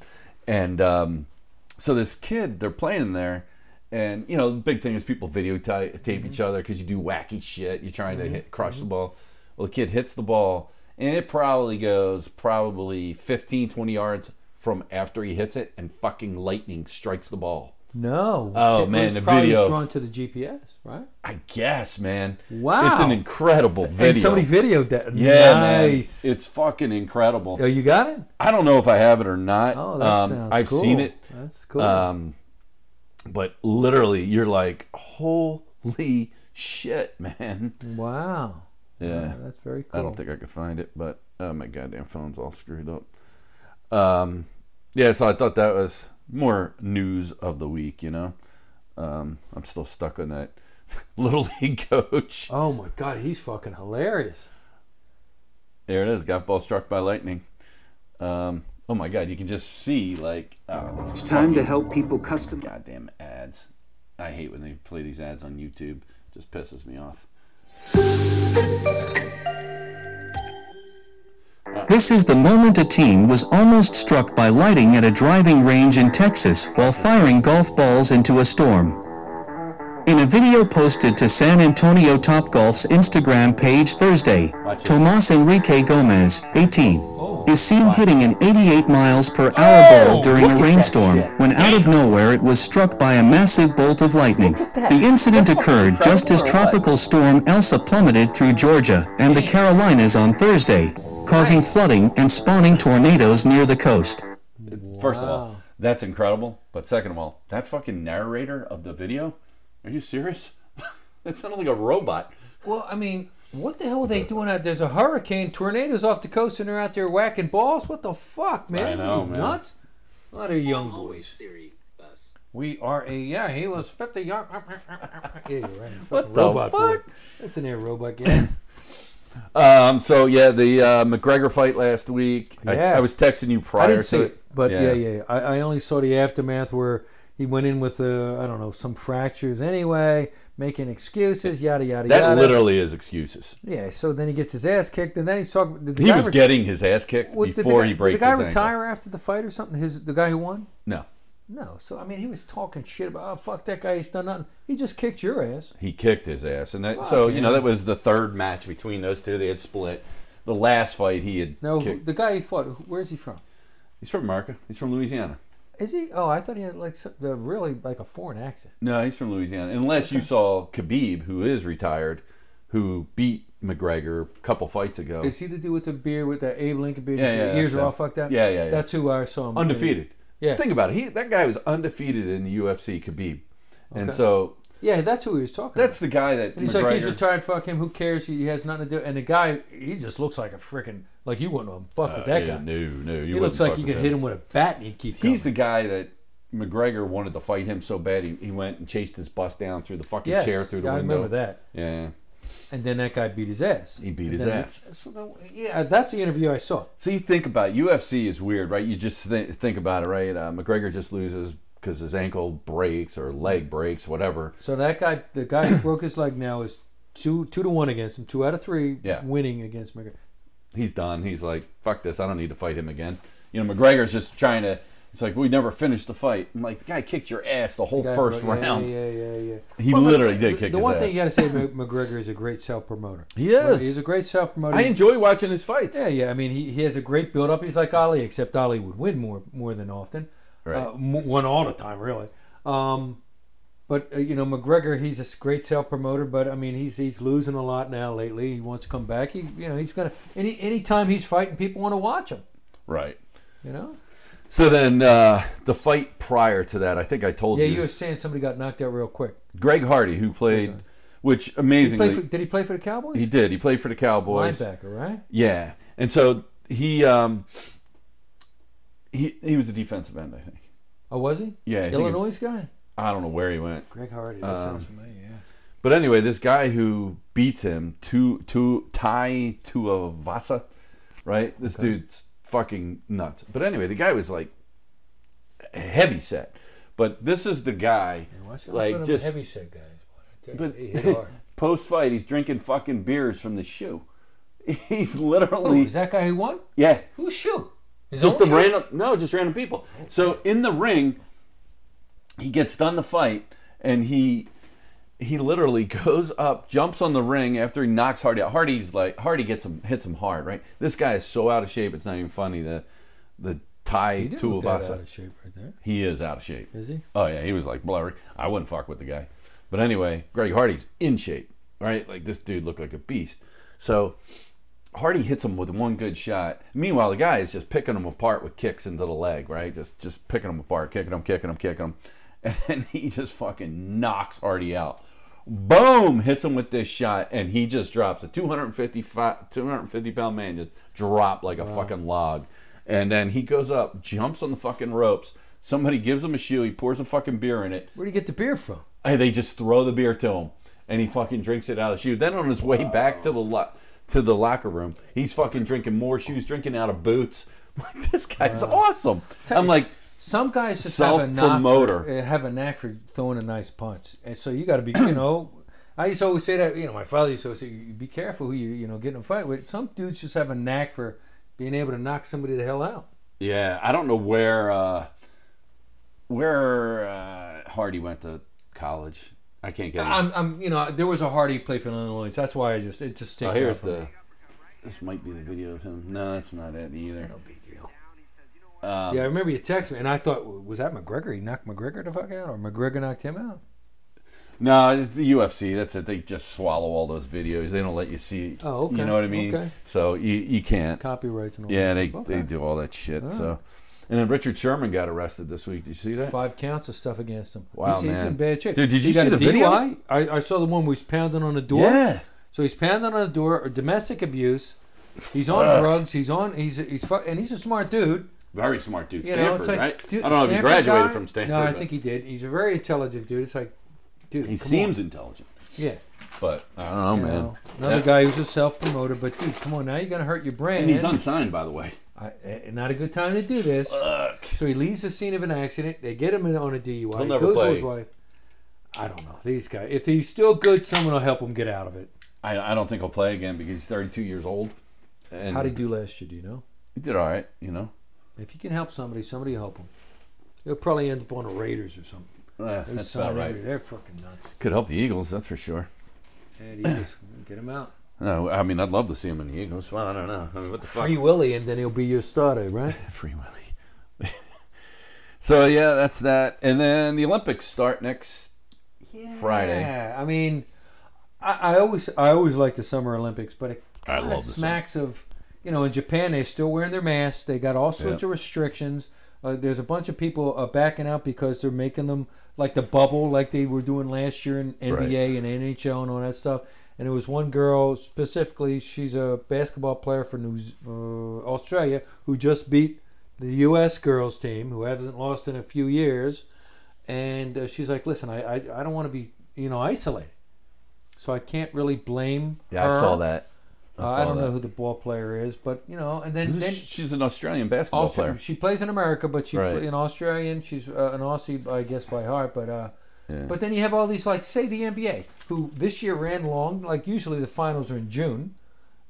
A: And um, so this kid, they're playing there, And you know, the big thing is people videotape tape each other because you do wacky shit. You're trying to hit, crush the ball. Well, the kid hits the ball, and it probably goes probably 15, 20 yards from after he hits it, and fucking lightning strikes the ball.
B: No.
A: Oh,
B: It
A: man,
B: was
A: the
B: probably
A: video.
B: drawn to the GPS, right?
A: I guess, man.
B: Wow.
A: it's an incredible video.
B: And somebody videoed that.
A: yeah,
B: nice.
A: man, it's fucking incredible.
B: oh, you got it?
A: I don't know if I have it or not.
B: Oh, that
A: um,
B: sounds
A: I've
B: cool.
A: seen it.
B: That's cool.
A: Um, but literally, you're like, holy shit, man.
B: wow.
A: Yeah.
B: Yeah, that's very cool.
A: I don't think I could find it, but oh, my goddamn phone's all screwed up. Um, yeah, so I thought that was more news of the week, you know? Um, I'm still stuck on that little league coach.
B: Oh my god, he's fucking hilarious.
A: There it is. Golf ball struck by lightning. Um, oh my god, you can just see like oh,
J: It's time to help people custom.
A: goddamn ads. I hate when they play these ads on YouTube. just pisses me off.
J: This is the moment a teen was almost struck by lightning at a driving range in Texas while firing golf balls into a storm. In a video posted to San Antonio Topgolf's Instagram page Thursday,
A: Watch it. Oh.
J: Tomas Enrique Gomez, 18, is seen hitting an 88 miles per hour ball during a rainstorm when out of nowhere it was struck by a massive bolt of lightning. The incident occurred just as tropical storm Elsa plummeted through Georgia and the Carolinas on Thursday, causing flooding and spawning tornadoes near the coast.
A: First of all, that's incredible. But second of all, that fucking narrator of the video, are you serious? that sounded like a robot.
B: Well, I mean, what the hell are they doing out? There's a hurricane, tornadoes off the coast, and they're out there whacking balls. What the fuck, man?
A: I know,
B: You
A: man.
B: Nuts. A lot of young boys. We are a yeah. He was fifty young. yeah, you're right.
A: What the
B: robot boy.
A: fuck?
B: Listen here, robot game.
A: Um, so yeah, the uh, McGregor fight last week. I,
B: Yeah.
A: I was texting you
B: I
A: prior
B: didn't
A: to
B: see
A: it.
B: it, but yeah, yeah. yeah. I, I only saw the aftermath where he went in with uh, I don't know some fractures anyway, making excuses, yada yada
A: That
B: yada.
A: literally is excuses.
B: Yeah, so then he gets his ass kicked, and then he's talking. Did the
A: He
B: guy
A: was
B: re-
A: getting his ass kicked
B: what- did the
A: before
B: guy-
A: he breaks
B: Did the guy
A: his ankle.
B: retire after the fight or something? His the guy who won?
A: No,
B: No. So I mean, he was talking shit about oh fuck that guy. He's done nothing. He just kicked your ass.
A: he kicked his ass, and that, so you know that was the third match between those two. They had split. The last fight he had
B: No, who,
A: kicked.
B: the guy he fought. who- Where's he from?
A: He's from America. He's from Louisiana.
B: Is he? Oh, I thought he had like some, uh, really like a foreign accent.
A: No, he's from Louisiana. Unless you saw Khabib, who is retired, who beat McGregor a couple fights ago,
B: Is he the dude with the beard with that Abe Lincoln beard?
A: Yeah,
B: His
A: yeah,
B: ears
A: that's
B: are all
A: him.
B: fucked up.
A: Yeah, yeah, yeah.
B: That's who I saw him.
A: undefeated.
B: Yeah.
A: Think about it. He that guy was undefeated in the UFC, Khabib, and so
B: Yeah, that's who he was talking.
A: that's
B: about.
A: the guy that
B: And he's
A: McGregor.
B: like, he's retired. Fuck him. Who cares? He has nothing to do. And the guy, he just looks like a freaking like you wouldn't have fucked with
A: Uh,
B: that
A: yeah,
B: guy.
A: No, no, you
B: He looks like you could hit him with a bat and he'd keep. Coming.
A: He's the guy that McGregor wanted to fight him so bad he, he went and chased his bus down through the fucking
B: yes,
A: chair through the
B: yeah, I
A: window.
B: remember that.
A: Yeah.
B: And then that guy beat his ass.
A: He beat
B: And
A: his
B: then-
A: ass.
B: so the- yeah, that's the interview I saw.
A: So you think about it, UFC is weird, right? You just think, think about it, right? Uh, McGregor just loses because his ankle breaks or leg breaks, whatever.
B: So that guy, the guy who broke his leg now is two two to one against him. Two out of three
A: Yeah.
B: winning against McGregor.
A: He's done. He's like, fuck this. I don't need to fight him again. You know, McGregor's just trying to. It's like we never finished the fight. I'm like, the guy kicked your ass the whole
B: Guy
A: first
B: broke- yeah,
A: round.
B: Yeah, yeah, yeah.
A: He
B: Well,
A: literally
B: the-
A: did
B: the,
A: kick
B: The
A: his
B: one
A: ass.
B: thing you got to say, Mc- McGregor is a great self promoter.
A: He is.
B: He's a great self promoter.
A: I enjoy watching his fights.
B: Yeah, yeah. I mean, he, he has a great build up. He's like Ali, except Ali would win more more than often.
A: Right.
B: Uh, m- won all the time, really. Um, but uh, you know, McGregor, he's a s- great self promoter. But I mean, he's he's losing a lot now lately. He wants to come back. He, you know, he's gonna any anytime he's fighting, people want to watch him.
A: Right.
B: You know.
A: So then uh, the fight prior to that, I think I told
B: Yeah,
A: you.
B: you were saying somebody got knocked out real quick.
A: Greg Hardy, who played, which
B: He
A: amazingly,
B: played
A: he,
B: for, did he play for the Cowboys?
A: did. He played for the Cowboys.
B: linebacker, right?
A: Yeah, and so he um, he he was a defensive end, I think.
B: Oh, was he?
A: Yeah, I think Um, he was-
B: Illinois guy.
A: I don't know where he went,
B: Greg Hardy. That sounds familiar. Yeah.
A: but anyway, this guy who beats him, to to Tai Tuavasa, right? This dude's fucking nuts. But anyway, the guy was like heavy set, but this is the guy
B: Watch out for
A: like
B: them
A: just
B: heavy set guys. boy. I tell you,
A: But
B: they hit hard.
A: post fight, he's drinking fucking beers from the shoe. He's
B: Ooh,
A: literally
B: Oh, is that guy who won?
A: yeah,
B: Who's shoe? His
A: just the
B: own shoe?
A: random no, just random people. So in the ring, he gets done the fight, and he he literally goes up, jumps on the ring after he knocks Hardy out. Hardy's like Hardy gets him hits him hard, right? This guy is so out of shape, it's not even funny. The the tie
B: didn't
A: two
B: look
A: of
B: that
A: us.
B: out of shape right there.
A: He is out of shape.
B: Is he?
A: Oh yeah, he was like blurry. I wouldn't fuck with the guy. But anyway, Greg Hardy's in shape, right? Like this dude looked like a beast. So Hardy hits him with one good shot. Meanwhile, the guy is just picking him apart with kicks into the leg, right? Just just picking him apart, kicking him, kicking him, kicking him. And then he just fucking knocks Hardy out. Boom! Hits him with this shot, and he just drops a 255, 250 pound man just dropped like a fucking log. And then he goes up, jumps on the fucking ropes. Somebody gives him a shoe. He pours a fucking beer in it.
B: Where'd he get the beer from?
A: Hey, they just throw the beer to him, and he fucking drinks it out of the shoe. Then on his way back to the lo- to the locker room, he's fucking drinking more shoes, drinking out of boots. Like this guy's awesome. I'm like,
B: Some guys just have a knack for,
A: Self-promoter.
B: uh, have a knack for throwing a nice punch, and so you got to be, you know. I used to always say that, you know, my father used to always say, "You "Be careful who you, you know, get in a fight with." Some dudes just have a knack for being able to knock somebody the hell out.
A: yeah, I don't know where uh, where uh, Hardy went to college. I can't get it.
B: I'm, I'm, you know, there was a Hardy play for Illinois. so That's why I just, it just sticks.
A: Oh,
B: out
A: here's
B: for me.
A: the. This might be the video of him. No, that's not it either.
B: No big deal.
A: um,
B: yeah, I remember you texted me, and I thought, was that McGregor? He knocked McGregor the fuck out, or McGregor knocked him out?
A: No, it's the UFC. That's it. They just swallow all those videos. They don't let you see.
B: Oh, okay,
A: You know what I mean?
B: okay.
A: So you you can't.
B: Copyrights and all
A: Yeah,
B: that
A: they,
B: stuff.
A: they
B: Okay.
A: do all that shit. So, and then Richard Sherman got arrested this week. Did you see that?
B: Five counts of stuff against him.
A: Wow,
B: he's, he's
A: man.
B: in bad shape.
A: Dude, did you
B: he got
A: see
B: a
A: the video?
B: DUI? I, I saw the one where he's pounding on the door. So he's pounding on the door, or domestic abuse. He's on drugs. He's on. He's he's fu- and he's a smart dude.
A: very smart dude.
B: You
A: Stanford,
B: know, it's like,
A: right?
B: dude,
A: I don't know if he
B: Stanford
A: graduated
B: guy-
A: from Stanford.
B: No, I
A: but
B: think he did. He's a very intelligent dude. It's like, dude,
A: he
B: come
A: seems
B: on.
A: intelligent,
B: yeah.
A: but I don't know,
B: you
A: man.
B: know. another
A: That-
B: guy who's a self promoter, but dude, come on now, you're gonna hurt your brand.
A: and he's unsigned, by the way.
B: I, eh, not a good time to do this.
A: Fuck.
B: So he leaves the scene of an accident. They get him in- on a DUI.
A: He'll never
B: goes to
A: play.
B: his wife. I don't know. These guys, if he's still good, someone will help him get out of it.
A: I, I don't think he'll play again because he's 32 years old. And
B: How did he do last year? Do you know?
A: he did all right, you know.
B: If you can help somebody, somebody help him. He'll probably end up on the Raiders or something.
A: Eh,
B: They
A: that's
B: sign
A: about right.
B: every- They're fucking nuts.
A: Could help the Eagles, that's for sure.
B: And he just get him out.
A: No, I mean, I'd love to see him in the Eagles. Well, I don't know. I mean, what the fuck?
B: Free Willie, and then he'll be your starter, right?
A: Free Willy. so yeah, that's that. And then the Olympics start next Friday.
B: Yeah, I mean, I, I always I always like the Summer Olympics, but it
A: I
B: kinda
A: love the
B: smacks of you know in Japan they're still wearing their masks. They got all sorts of restrictions. Uh, there's a bunch of people uh, backing out because they're making them like the bubble, like they were doing last year in NBA and NHL and all that stuff. And it was one girl specifically. She's a basketball player for New Z- uh, Australia who just beat the U.S. girls team, who hasn't lost in a few years and uh, she's like, "Listen, I, I, I don't want to be, you know, isolated, so I can't really blame."
A: Yeah,
B: her.
A: I saw that.
B: Uh, I, don't know who the ball player is, but you know, and then
A: This
B: then
A: is- she's an Australian basketball
B: Austra-
A: player.
B: she plays in America, but she
A: Right.
B: pl- in Australian. She's uh, an Aussie, I guess, by heart. But uh,
A: Yeah.
B: but then you have all these like, say the NBA, who this year ran long. Like usually the finals are in June,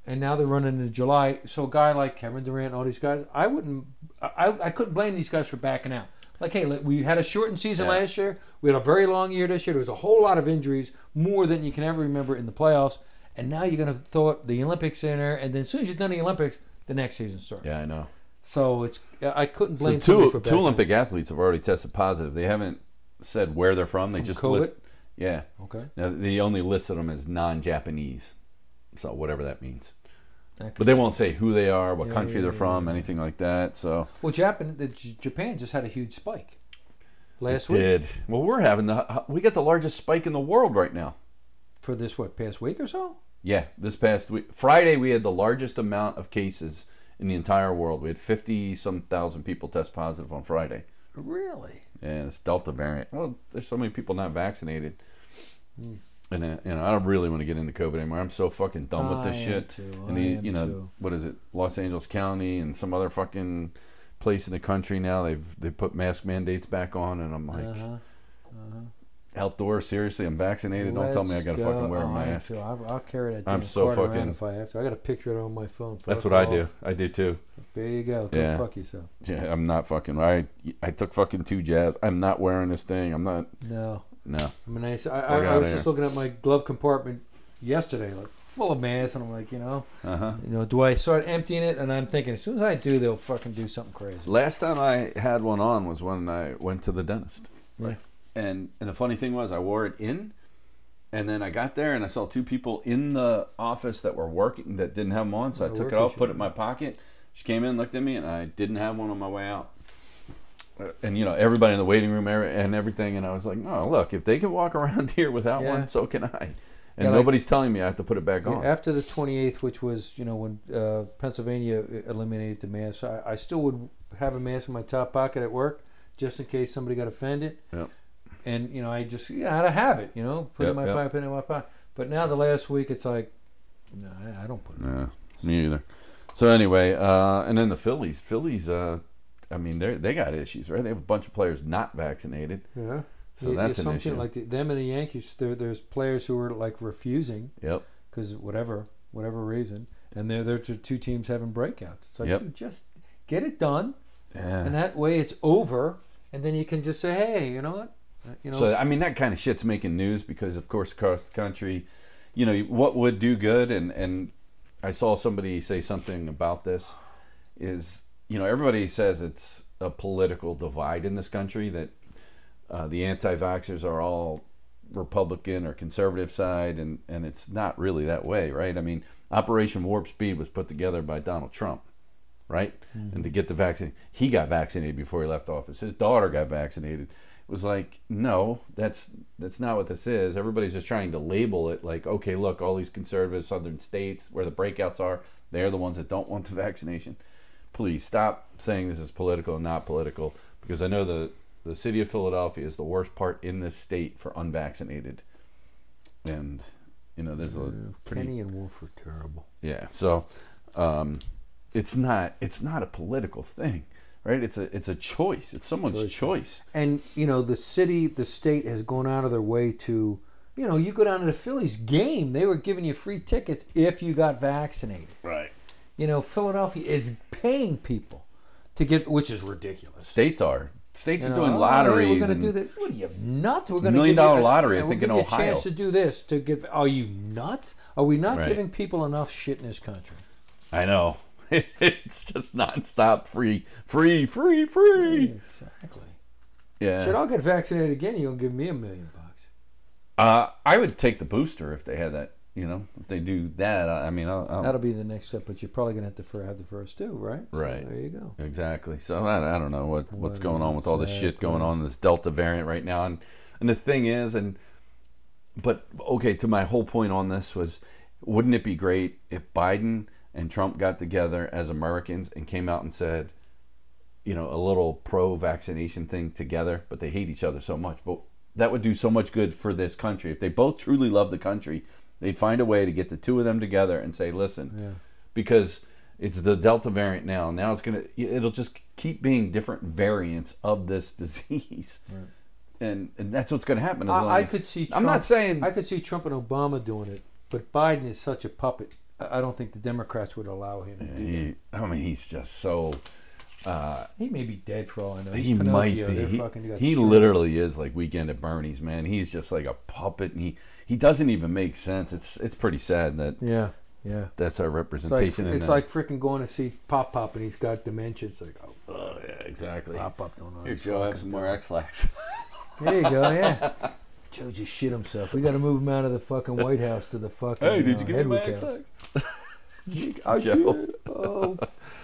B: and now they're running in July. So a guy like Kevin Durant, all these guys, I wouldn't, I, I couldn't blame these guys for backing out. Like, hey, look, we had a shortened season
A: Yeah.
B: last year. We had a very long year this year. There was a whole lot of injuries, more than you can ever remember in the playoffs. And now you're going to throw the Olympics in there, and then as soon as you've done the Olympics, the next season starts.
A: yeah, I know.
B: So it's I couldn't
A: So
B: blame somebody for
A: two two
B: backing
A: Olympic athletes have already tested positive. They haven't said where they're from. They
B: From
A: just
B: COVID?
A: list- yeah.
B: out. Okay,
A: Now, they only listed them as non-Japanese, so whatever that means.
B: That
A: But they won't say who they are, what
B: Yeah,
A: country
B: yeah,
A: they're
B: yeah,
A: from, anything like that. So
B: Well, Japan, the, J- Japan just had a huge spike last week
A: did well. We're having the uh, we got the largest spike in the world right now.
B: for this what past week or so.
A: Yeah, this past week, Friday, we had the largest amount of cases in the entire world. We had 50 some thousand people test positive on Friday.
B: Really?
A: And it's Delta variant. Well, there's so many people not vaccinated.
B: Hmm.
A: And, uh, you know, I don't really want to get into COVID anymore. I'm so fucking done with this
B: I am
A: shit.
B: too,
A: And
B: I
A: you,
B: am
A: you know,
B: too.
A: what is it? Los Angeles County and some other fucking place in the country now. They've they put mask mandates back on, and I'm like,
B: uh-huh.
A: outdoors. Seriously, I'm vaccinated. Don't tell me I
B: Let's
A: gotta
B: go.
A: fucking wear a
B: Oh, I am
A: mask.
B: too. I'll, I'll carry that.
A: I'm
B: damn
A: so
B: card around
A: fucking-
B: If I have to, I got a picture of it on my phone.
A: That's
B: Fuck
A: what I
B: off.
A: do. I do too.
B: There you go. Go
A: Yeah.
B: fuck yourself.
A: Yeah, I'm not fucking. I I took fucking two jabs. I'm not wearing this thing. I'm not.
B: No,
A: No.
B: I mean, I, I, I,
A: Fuck outta
B: was just
A: here.
B: looking at my glove compartment yesterday, like full of mass, and I'm like, you know,
A: Uh huh.
B: you know, do I start emptying it? And I'm thinking, as soon as I do, they'll fucking do something crazy.
A: Last time I had one on was when I went to the dentist.
B: Yeah.
A: And and the funny thing was I wore it in and then I got there and I saw two people in the office that were working that didn't have them on, so I
B: Oh,
A: took it
B: work
A: off,
B: issue.
A: put it in my pocket. She came in, looked at me, and I didn't have one on my way out. Uh, And you know everybody in the waiting room every- and everything, and I was like, "No, look, if they can walk around here without
B: Yeah.
A: one, so can I." And
B: Yeah, like-
A: nobody's telling me I have to put it back on.
B: After the 28th, which was, you know, when uh, Pennsylvania eliminated the mask, I, I still would have a mask in my top pocket at work just in case somebody got offended.
A: Yep.
B: And, you know, I just, yeah, I had a habit, you know, put it in
A: Yep,
B: my
A: yep.
B: pocket, put it in my pocket. But now the last week, it's like, no, I, I don't put it.
A: No, me either. So anyway, uh, and then the Phillies. Phillies, uh, I mean, they they got issues, right? They have a bunch of players not vaccinated.
B: Yeah.
A: So that's an
B: something
A: issue.
B: like the, them and the Yankees. There, there's players who are like refusing
A: Yep.
B: because whatever, whatever reason, and they're they're two two teams having breakouts. It's like,
A: Yep.
B: dude, just get it done, and
A: Yeah.
B: that way it's over, and then you can just say, hey, you know what, Uh, you know,
A: So I mean, that kind of shit's making news because, of course, across the country, you know, what would do good, and and I saw somebody say something about this. Is you know everybody says it's a political divide in this country that uh, the anti-vaxxers are all Republican or conservative side, and, and it's not really that way, right? I mean, Operation Warp Speed was put together by Donald Trump, right? And to get the vaccine, he got vaccinated before he left office. His daughter got vaccinated. It was like, no, that's that's not what this is. Everybody's just trying to label it like, okay, look, all these conservative southern states where the breakouts are, they're the ones that don't want the vaccination please stop saying this is political and not political because I know the, the city of Philadelphia is the worst part in this state for unvaccinated. And, you know, there's a pretty.
B: Kenny and Wolf are terrible.
A: Yeah. So um, it's not it's not a political thing, right? It's a it's a choice. It's someone's choice.
B: And you know, the city, the state has gone out of their way to, you know, you go down to the Phillies game, they were giving you free tickets if you got vaccinated.
A: Right.
B: You know, Philadelphia is paying people to get, which is ridiculous.
A: States are. States
B: You
A: are
B: know,
A: doing
B: "Oh, yeah,
A: lotteries.
B: We're going
A: and-
B: to do that. What are you nuts? We're going to
A: Million
B: give you
A: dollar
B: a-
A: lottery, I
B: yeah, we'll
A: think, in
B: give you
A: Ohio.
B: a chance to do this to give. Are you nuts? Are we not
A: Right.
B: giving people enough shit in this country?
A: I know. it's just nonstop free, free, free, free.
B: Exactly.
A: Yeah.
B: Should I get vaccinated again? You'll give me a million bucks.
A: Uh, I would take the booster if they had that. You know, if they do that, I I mean, I'll, I'll,
B: That'll be the next step, but you're probably going to have to fir- have the first two, right? So
A: Right.
B: there you go.
A: exactly. So I, I don't know what what's
B: Well,
A: going on with all this shit going on in this Delta variant right now, and and the thing is, and but okay, to my whole point on this was, wouldn't it be great if Biden and Trump got together as Americans and came out and said, you know, a little pro-vaccination thing together, but they hate each other so much, but that would do so much good for this country if they both truly love the country. They'd find a way to get the two of them together and say, listen, because it's the Delta variant now. Now it's gonna, it'll just keep being different variants of this disease, and and that's what's gonna happen. as long
B: I, I
A: as-
B: could see. Trump,
A: I'm not saying
B: I could see Trump and Obama doing it, but Biden is such a puppet. I I don't think the Democrats would allow him. to do that.
A: He, I mean, he's just so.
B: He may be dead for all I know. He's
A: He might
B: Pinocchio. They're
A: be.
B: fucking- you
A: He,
B: got
A: he
B: strings.
A: literally is like Weekend at Bernie's, man. He's just like a puppet, and he he doesn't even make sense. It's it's pretty sad that
B: Yeah, yeah.
A: that's our
B: It's like,
A: representation. in
B: it's
A: that.
B: like freaking going to see Pop Pop and he's got dementia. It's like, oh, fuck,
A: oh, yeah, exactly.
B: Pop Pop don't know.
A: Here,
B: this
A: Joe, have some
B: fucking
A: more
B: thing.
A: X-Lax.
B: There you go, yeah. Joe just shit himself. We got to move him out of the fucking White House to the fucking
A: hey, did
B: uh,
A: you get my
B: Hedwig House.
A: X-Lax?
B: I
A: Joe.
B: did. Oh,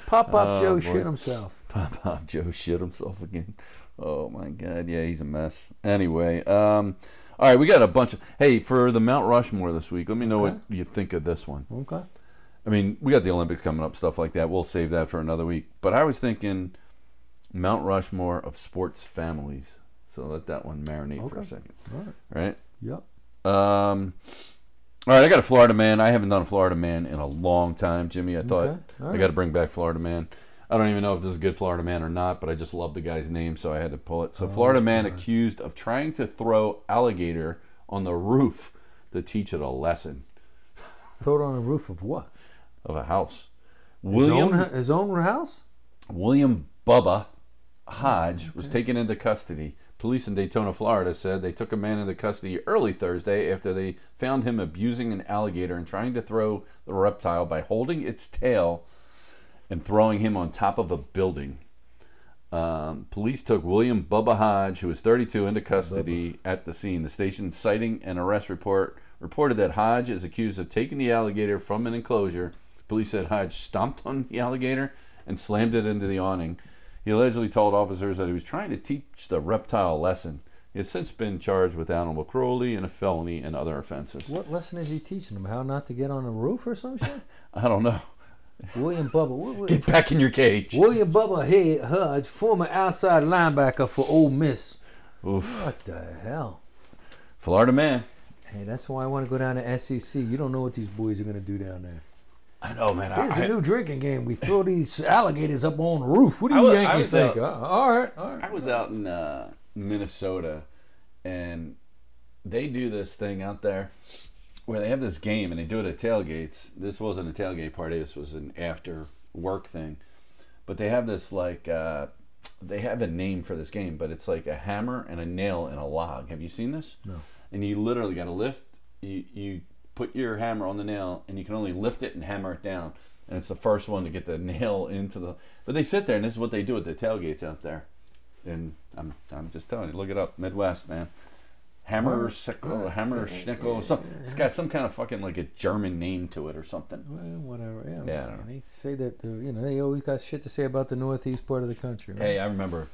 B: Pop Pop
A: Oh,
B: Joe
A: boy.
B: shit himself.
A: Pop, pop, Joe shit himself again. Oh my God, yeah, he's a mess. Anyway, um, all right, we got a bunch of. Hey, for the Mount Rushmore this week, let me know what you think of this one.
B: Okay.
A: I mean, we got the Olympics coming up, stuff like that. We'll save that for another week. But I was thinking Mount Rushmore of sports families. So let that one marinate for a
B: Okay.
A: second.
B: All right.
A: Right?
B: Yep.
A: Um, all right, I got a Florida man. I haven't done a Florida man in a long time, Jimmy. I thought
B: Okay, all
A: I
B: right.
A: got to bring back Florida man. I don't even know if this is a good Florida man or not, but I just love the guy's name, so I had to pull it. So,
B: Oh
A: Florida man accused of trying to throw alligator on the roof to teach it a lesson
B: Throw it on the roof of what?
A: of a house.
B: His own, his own house?
A: William Bubba Hodge was taken into custody Police in Daytona, Florida said they took a man into custody early Thursday after they found him abusing an alligator and trying to throw the reptile by holding its tail and throwing him on top of a building. Um, police took William Bubba Hodge, who was 32, into custody at the scene. The station's sighting and arrest report reported that Hodge is accused of taking the alligator from an enclosure. Police said Hodge stomped on the alligator and slammed it into the awning. He allegedly told officers that he was trying to teach the reptile a lesson. He has since been charged with animal cruelty and a felony and other offenses.
B: What lesson is he teaching them? How not to get on a roof or some shit?
A: I don't know.
B: William Bubba. What, what-
A: Get back in your cage.
B: William Bubba Head Hudge, former outside linebacker for Ole Miss.
A: Oof.
B: What the hell?
A: Florida man.
B: Hey, that's why I want to go down to SEC. You don't know what these boys are going to do down there.
A: I know, man. I,
B: Here's
A: I-
B: a new drinking game. We throw these alligators up on the roof. What do
A: I
B: you
A: was- I
B: Yankees
A: was,
B: think?
A: uh,
B: Uh, all right, all right.
A: I was out in uh, Minnesota, and they do this thing out there where they have this game, and they do it at tailgates. This wasn't a tailgate party. This was an after work thing, but they have this like uh, they have a name for this game, but it's like a hammer and a nail and a log. Have you seen this? No. And you literally got to lift. You you put your hammer on the nail, and you can only lift it and hammer it down. And it's the first one to get the nail into the. But they sit there, and this is what they do at the tailgates out there and I'm I'm just telling you, look it up, Midwest man. Hammer sickle, hammer schnickel. Some, it's got some kind of fucking like a German name to it or something.
B: Well, whatever. Yeah.
A: Yeah, I
B: man,
A: don't
B: They say that the, you know they always got shit to say about the northeast part of the country. Right?
A: Hey, I remember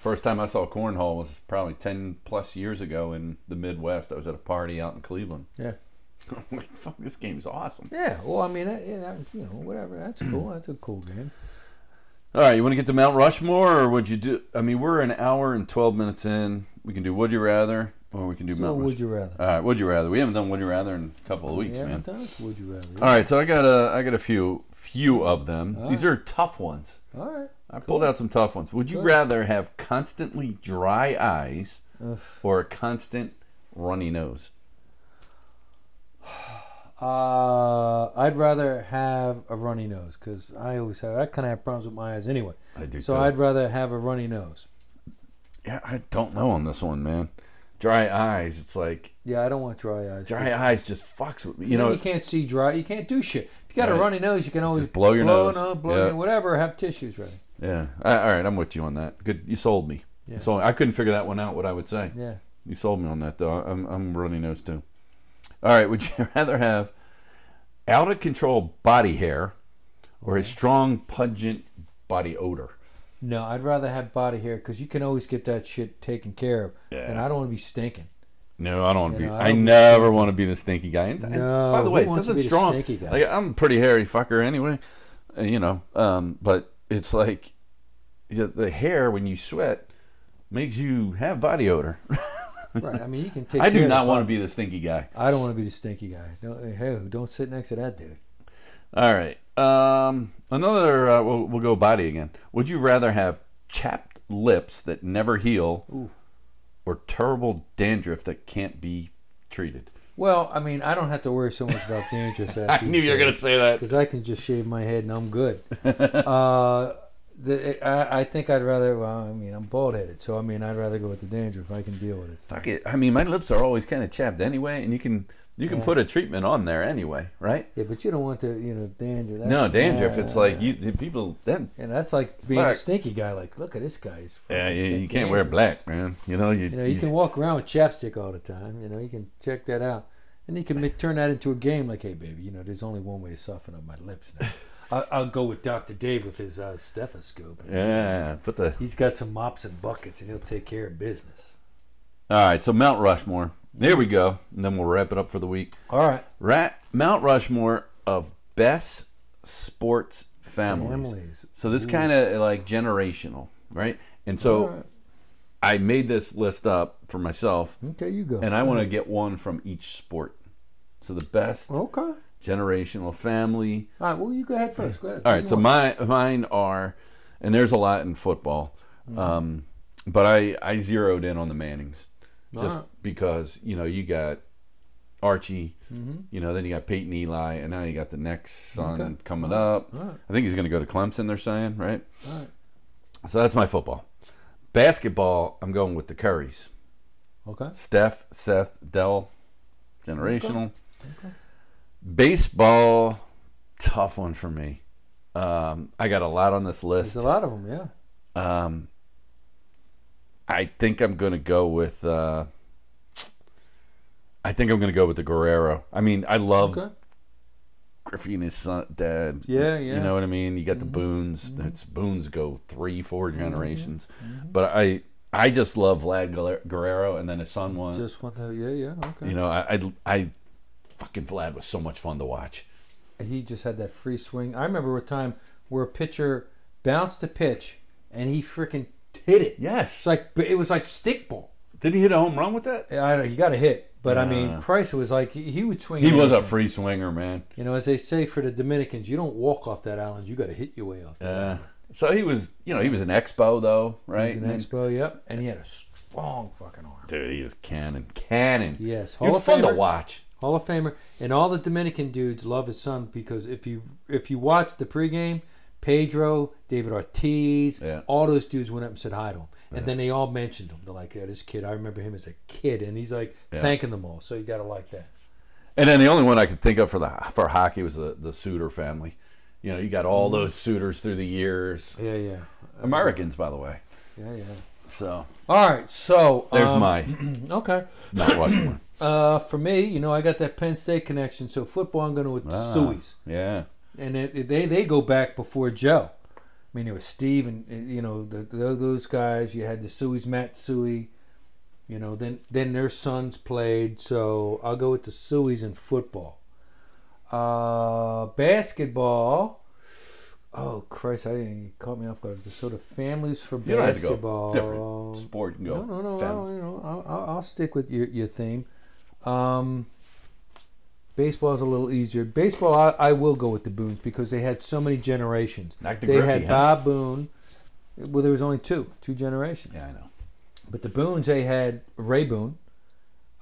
A: first time I saw cornhole was probably ten plus years ago in the Midwest. I was at a party out in Cleveland.
B: Yeah.
A: I'm like, fuck, this game's awesome.
B: Yeah. Well, I mean, that, yeah, that, you know, whatever. That's
A: Hmm.
B: cool. That's a cool game.
A: All right, you want to get to Mount Rushmore, or would you do? I mean, we're an hour and twelve minutes in. We can do Would You Rather, or we can do
B: So
A: Mount.
B: would
A: Rushmore.
B: you rather?
A: All right, Would You Rather. We haven't done Would You Rather in a couple of weeks,
B: yeah,
A: man.
B: that's would you rather?
A: All right, so I got a I got a few few of them. These are tough ones.
B: All right.
A: I pulled out some tough ones. Would you rather have constantly dry eyes or a constant runny nose?
B: Uh, I'd rather have a runny nose because I always have. I kind of have problems with my eyes anyway.
A: I do
B: So
A: too.
B: I'd rather have a runny nose.
A: Yeah, I don't know on this one, man. Dry eyes, it's like
B: Yeah, I don't want dry eyes.
A: dry eyes just fucks with me. You
B: Then
A: know,
B: you can't see dry. You can't do shit. If you got
A: Right.
B: a runny nose, you can always
A: Just blow your nose.
B: no, blow
A: Yeah.
B: your- whatever. Have tissues ready.
A: yeah. I, all right, I'm with you on that. Good, you sold me.
B: Yeah.
A: So I couldn't figure that one out. What I would say.
B: Yeah.
A: You sold me on that though. I'm I'm runny nose too. All right, would you rather have out of control body hair or a strong pungent body odor?
B: No, I'd rather have body hair because you can always get that shit taken care of.
A: Yeah.
B: And I don't want to be stinking.
A: No, I don't want to
B: You
A: be.
B: know, I
A: I
B: don't-
A: never want to be the stinky guy. And, and
B: No,
A: by the
B: who
A: way, it
B: wants to
A: doesn't
B: be the
A: strong.
B: stinky guy?
A: Like, I'm a pretty hairy fucker anyway, uh, you know. Um, but it's like you know, the hair when you sweat makes you have body odor.
B: Right. I mean, you can take.
A: I do
B: care of
A: not
B: the
A: want to
B: body.
A: be the stinky guy.
B: I don't want to be the stinky guy. Don't, hey, don't sit next to that dude.
A: All right. Um, another. Uh, we'll, we'll go body again. Would you rather have chapped lips that never heal, or terrible dandruff that can't be treated?
B: Well, I mean, I don't have to worry so much about dandruff.
A: I knew you were gonna say that.
B: because I can just shave my head and I'm good. uh, the, I, I think I'd rather. Well, I mean, I'm bald headed, so I mean, I'd rather go with the dandruff. I can deal with it.
A: Fuck it. I mean, my lips are always kind of chapped anyway, and you can you can
B: Yeah.
A: put a treatment on there anyway, right?
B: Yeah, but you don't want the you know dandruff. That's,
A: No dandruff.
B: Yeah,
A: It's like you the people then.
B: and that's like being a
A: Fuck.
B: stinky guy. Like, look at this guy. He's
A: Yeah,
B: fucking
A: you, you
B: got
A: can't wear
B: dandruff."
A: black, man. You know you.
B: You know, you can walk around with chapstick all the time. You know, you can check that out, and you can make, turn that into a game. Like, hey, baby, you know, there's only one way to soften up my lips. Now. I, I'll go with Doctor Dave with his uh, stethoscope.
A: Yeah, put the.
B: He's got some mops and buckets, and he'll take care of business.
A: All right, so Mount Rushmore. There we go. And then we'll wrap it up for the week.
B: All right.
A: Ra Mount Rushmore of best sports families.
B: Families.
A: So this kind of like generational, right? And so
B: All right.
A: I made this list up for myself,
B: Okay, you go.
A: and I want to get one from each sport. So the best
B: Okay. All
A: generational family.
B: right. Well, you go ahead first. Go ahead.
A: All right, so my mine are, and there's a lot in football, um, but I I zeroed in on the Mannings, just
B: Alright.
A: because you know you got Archie, you know then you got Peyton Eli, and now you got the next son
B: Okay.
A: coming up.
B: Alright.
A: I think he's going to go to Clemson. They're saying right.
B: Alright.
A: So that's my football. Basketball, I'm going with the Currys.
B: Okay.
A: Steph, Seth, Dell, generational. Baseball, tough one for me. Um, I got a lot on this list.
B: There's a lot of them, yeah.
A: Um, I think I'm gonna go with. Uh, I think I'm gonna go with the Guerrero. I mean, I love
B: Okay.
A: Griffey and his son, dad.
B: Yeah, yeah. Mm-hmm.
A: You know what I mean? You got the Boons. It's Boons go three, four generations.
B: Mm-hmm.
A: But I, I just love Vlad Guerre- Guerrero, and then his son one.
B: Just want to, yeah, yeah, okay.
A: you know, I, I, I, fucking Vlad was so much fun to watch.
B: he just had that free swing. I remember a time where a pitcher bounced a pitch and he freaking hit it.
A: Yes.
B: It's like it was like stickball.
A: Did he hit a home run with that?
B: I don't know, he got a hit, but I mean,
A: Yeah.
B: Christ, it was like he, he would swing.
A: He was a
B: anything.
A: free swinger, man.
B: You know, as they say for the Dominicans, you don't walk off that island. You got to hit your way off. That
A: Uh, so he was, you know, he was an expo though, right?
B: He's an expo, yep, and he had a strong fucking arm.
A: Dude, he was cannon, cannon.
B: Yes,
A: he was
B: Hall of
A: fun to
B: Famer.
A: watch.
B: Hall of Famer, and all the Dominican dudes love his son because if you if you watch the pregame, Pedro, David Ortiz,
A: Yeah.
B: all those dudes went up and said hi to him, and then they all mentioned him. They're like, "Yeah, this kid, I remember him as a kid," and he's like
A: Yeah.
B: thanking them all. So you got to like that.
A: And then the only one I could think of for the for hockey was the the Suter family. You know, you got all those suitors through the years.
B: Mm. Yeah, yeah,
A: Americans, by the way.
B: yeah, yeah.
A: So
B: All right, so
A: there's
B: um,
A: my
B: okay.
A: not Rushmore.
B: Uh, for me, you know, I got that Penn State connection. So football, I'm going to with
A: Ah.
B: Suey's.
A: Yeah,
B: and it, it- they they go back before Joe. I mean, it was Steve and and, you know the, the, those guys. You had the Sueys, Matt Suey. You know, then then their sons played. So I'll go with the Sueys in football. Uh, basketball. Oh Christ! I didn't you caught me off guard. So the families for
A: you don't have to
B: basketball.
A: go different sport. You can go.
B: No, no, no.
A: families.
B: I'll, you know, I'll, I'll- I'll stick with your, your theme. Um, baseball is a little easier. Baseball, I, I will go with the Boons because they had so many generations.
A: Like the
B: they
A: Griffey,
B: had
A: huh?
B: Bob Boone. Well, there was only two, two generations.
A: Yeah, I know.
B: But the Boones, they had Ray Boone,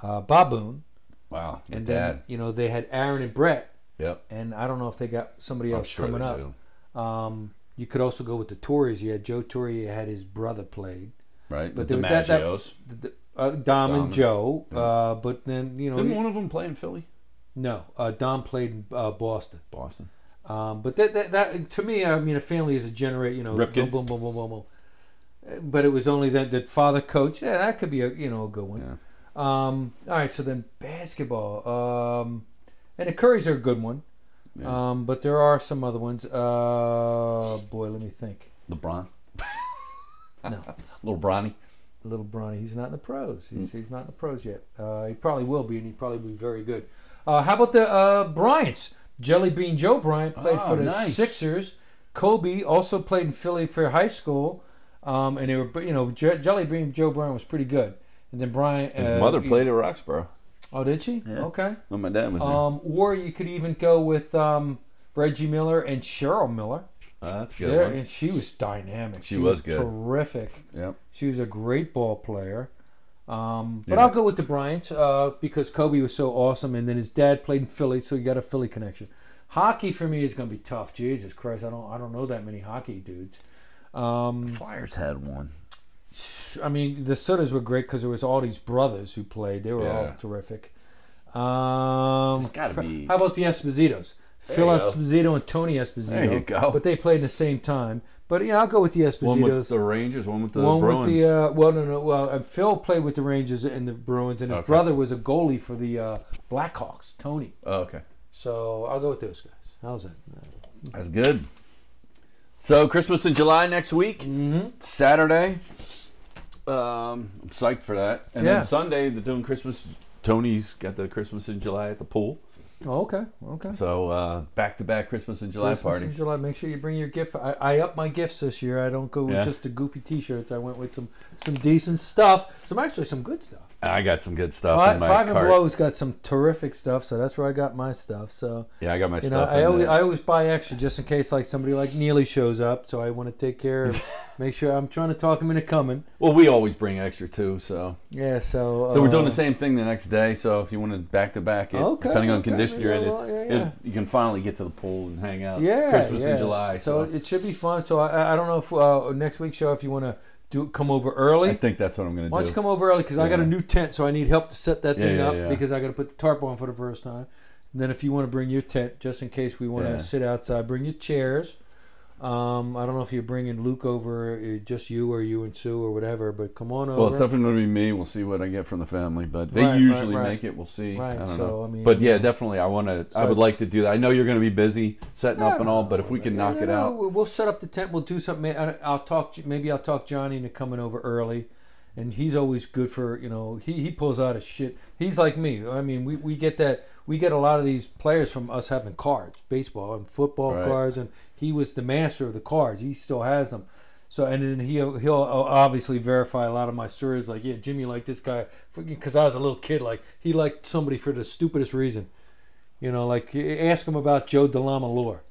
B: uh, Bob Boone,
A: Wow. your
B: and
A: dad.
B: then you know they had Aaron and Brett.
A: Yep.
B: And I don't know if they got somebody
A: I'm
B: else
A: sure
B: coming
A: they
B: up.
A: do.
B: Um, you could also go with the Tories. You had Joe Torre. You had his brother played.
A: Right.
B: But
A: the
B: there- that- that-
A: DiMaggios.
B: the, uh, Dom, and
A: and-
B: Joe, uh, but then you know
A: Didn't one of them play in Philly?
B: no, uh, Dom played in uh, Boston.
A: Boston.
B: Um, but that, that that to me, I mean, a family is a generate, you know,
A: Ripkins.
B: boom, boom, boom, boom, boom, boom. Uh, But it was only that that father coach. Yeah, that could be a you know a good one.
A: Yeah.
B: Um, all right, so then basketball, um, and the Currys are a good one.
A: Yeah.
B: Um, but there are some other ones. Uh, boy, let me think.
A: LeBron.
B: No.
A: Little Bronny.
B: little Bronny. He's not in the pros. He's,
A: Hmm.
B: he's not in the pros yet. Uh, he probably will be, and he probably will be very good. Uh, how about the uh, Bryants? Jelly Bean Joe Bryant played
A: Oh,
B: for the
A: nice.
B: Sixers. Kobe also played in Philly for high school, um, and they were you know Je- Jelly Bean Joe Bryant was pretty good. And then Bryant,
A: His
B: uh,
A: mother
B: he-
A: played at Roxborough.
B: oh, did she? Okay.
A: When my dad was there.
B: Um, or you could even go with um, Reggie Miller and Cheryl Miller.
A: Uh, that's a good.
B: There,
A: one.
B: and she was dynamic.
A: She was good.
B: Terrific.
A: Yep.
B: She was a great ball player. Um, but
A: Yeah.
B: I'll go with the Bryants uh, because Kobe was so awesome, and then his dad played in Philly, so you got a Philly connection. Hockey for me is going to be tough. Jesus Christ, I don't I don't know that many hockey dudes. Um,
A: Flyers had one.
B: I mean, the Sodas were great because there was all these brothers who played. They were
A: Yeah.
B: all terrific. Um,
A: There's gotta be-
B: How about the Espositos? Phil
A: you go.
B: Esposito and Tony Esposito.
A: There you go.
B: But they played in the same time. But yeah, I'll go with the Espositos.
A: One with the Rangers, one with the
B: one
A: Bruins.
B: with the uh, well, no, no. Well, uh, Phil played with the Rangers and the Bruins, and his
A: Okay.
B: brother was a goalie for the uh, Blackhawks, Tony.
A: oh, okay,
B: So I'll go with those guys. How's that?
A: that's good. So Christmas in July next week, Mm-hmm. Saturday. Um, I'm psyched for that. And
B: Yeah.
A: then Sunday they're doing Christmas. Tony's got the Christmas in July at the pool.
B: Oh, okay, okay.
A: So uh, back-to-back Christmas in July
B: Christmas in
A: parties.
B: July. Make sure you bring your gift. I, I up my gifts this year. I don't go with
A: Yeah.
B: just the goofy T-shirts. I went with some some decent stuff. Some actually some good stuff.
A: I got some good stuff
B: Five,
A: in my
B: Five
A: cart.
B: and Blow's got some terrific stuff, so that's where I got my stuff. So
A: Yeah, I got my
B: you know,
A: stuff.
B: I
A: in
B: always
A: the-
B: I always buy extra just in case like somebody like Neely shows up. So I want to take care of, make sure I'm trying to talk him into coming.
A: well, we always bring extra too. So,
B: Yeah, so
A: so we're doing
B: uh,
A: the same thing the next day. So if you want to back-to-back it,
B: Okay,
A: depending on
B: okay,
A: condition you're in,
B: maybe
A: it,
B: I'll- yeah,
A: it-
B: yeah.
A: you can finally get to the pool and hang out.
B: Yeah,
A: Christmas
B: yeah.
A: in July.
B: So,
A: so.
B: it should be fun. So I, I- I don't know if uh, next week's show if you want to do come over early.
A: I think that's what I'm going
B: Why
A: to
B: don't
A: do.
B: you come over early? Because I got a
A: Yeah.
B: new tent, so I need help to set that
A: Yeah,
B: thing
A: yeah,
B: up
A: yeah.
B: because I got to put the tarp on for the first time. And then if you want to bring your tent, just in case we want to
A: Yeah.
B: sit outside, bring your chairs. Um, I don't know if you're bringing Luke over, uh, just you or you and Sue or whatever, but come on
A: well, it's
B: over.
A: definitely going to be me. We'll see what I get from the family, but they
B: Right, right,
A: usually
B: right.
A: make it. We'll see.
B: Right,
A: I don't
B: so,
A: know.
B: I mean,
A: but yeah,
B: yeah.
A: definitely. I want to. I
B: So-
A: would like to do that. I know you're going to be busy setting
B: No,
A: up and
B: no,
A: all, but if we can
B: No,
A: knock
B: no,
A: it
B: no,
A: out,
B: we- We'll set up the tent. We'll do something. I- I'll talk. Maybe I'll talk Johnny into coming over early, and he's always good for you know. He he pulls out his shit. He's like me. I mean, we, we get that. We get a lot of these players from us having cards, baseball and football
A: Right.
B: cards, and he was the master of the cards. He still has them. So and then he he'll uh, obviously verify a lot of my stories. Like yeah, Jimmy liked this guy because I was a little kid. Like he liked somebody for the stupidest reason. You know, like y- ask him about Joe Delama Lore.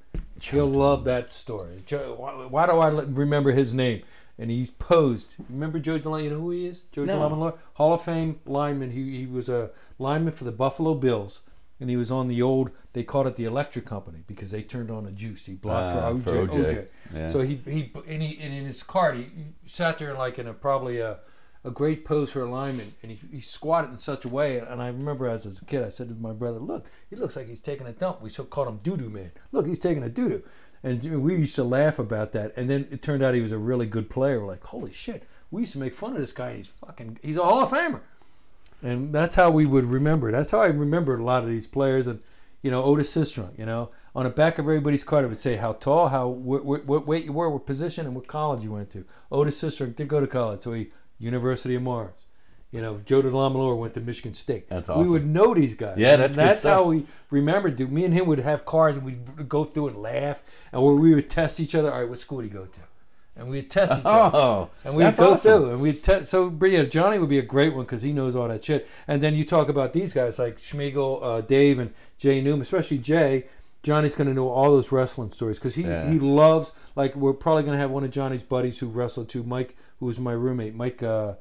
B: He'll love that story. Joe, why, why do I l- remember his name? And he's posed. Remember Joe Delama? You know who he is? Joe
A: No.
B: Delama Lore, Hall of Fame lineman. He he was a lineman for the Buffalo Bills, and he was on the old. They called it the electric company because they turned on a juice. He blocked
A: Ah,
B: for
A: for
B: OJ.
A: OJ.
B: OJ.
A: Yeah.
B: So he he and, he and in his cart he, he sat there like in a probably a, a great pose for alignment and he, he squatted in such a way and I remember as, as a kid I said to my brother look he looks like he's taking a dump we should call him doo doo man look he's taking a doo doo and you know, we used to laugh about that and then it turned out he was a really good player We're like holy shit we used to make fun of this guy he's fucking he's a hall of famer and that's how we would remember. That's how I remembered a lot of these players. And you know, Otis Sistrunk. You know, on the back of everybody's card, it would say how tall, how what, what, what weight you were, what position, and what college you went to. Otis Sistrunk did go to college, so he University of Mars. You know, Joe DeLamalore went to Michigan State.
A: That's
B: We
A: awesome.
B: would know these guys.
A: Yeah, that's
B: And
A: good
B: that's
A: stuff.
B: how we remembered. Dude, me and him would have cards, and we'd go through and laugh, and where we would test each other. All right, what school do you go to? And we'd test each other.
A: oh,
B: And we'd
A: that's
B: go
A: awesome.
B: through, and we'd te- so but yeah, Johnny would be a great one because he knows all that shit. And then you talk about these guys like Schmiegel, uh, Dave, and Jay Newman, especially Jay. Johnny's going to know all those wrestling stories because he
A: Yeah.
B: he loves like we're probably going to have one of Johnny's buddies who wrestled too. Mike, who was my roommate, Mike uh,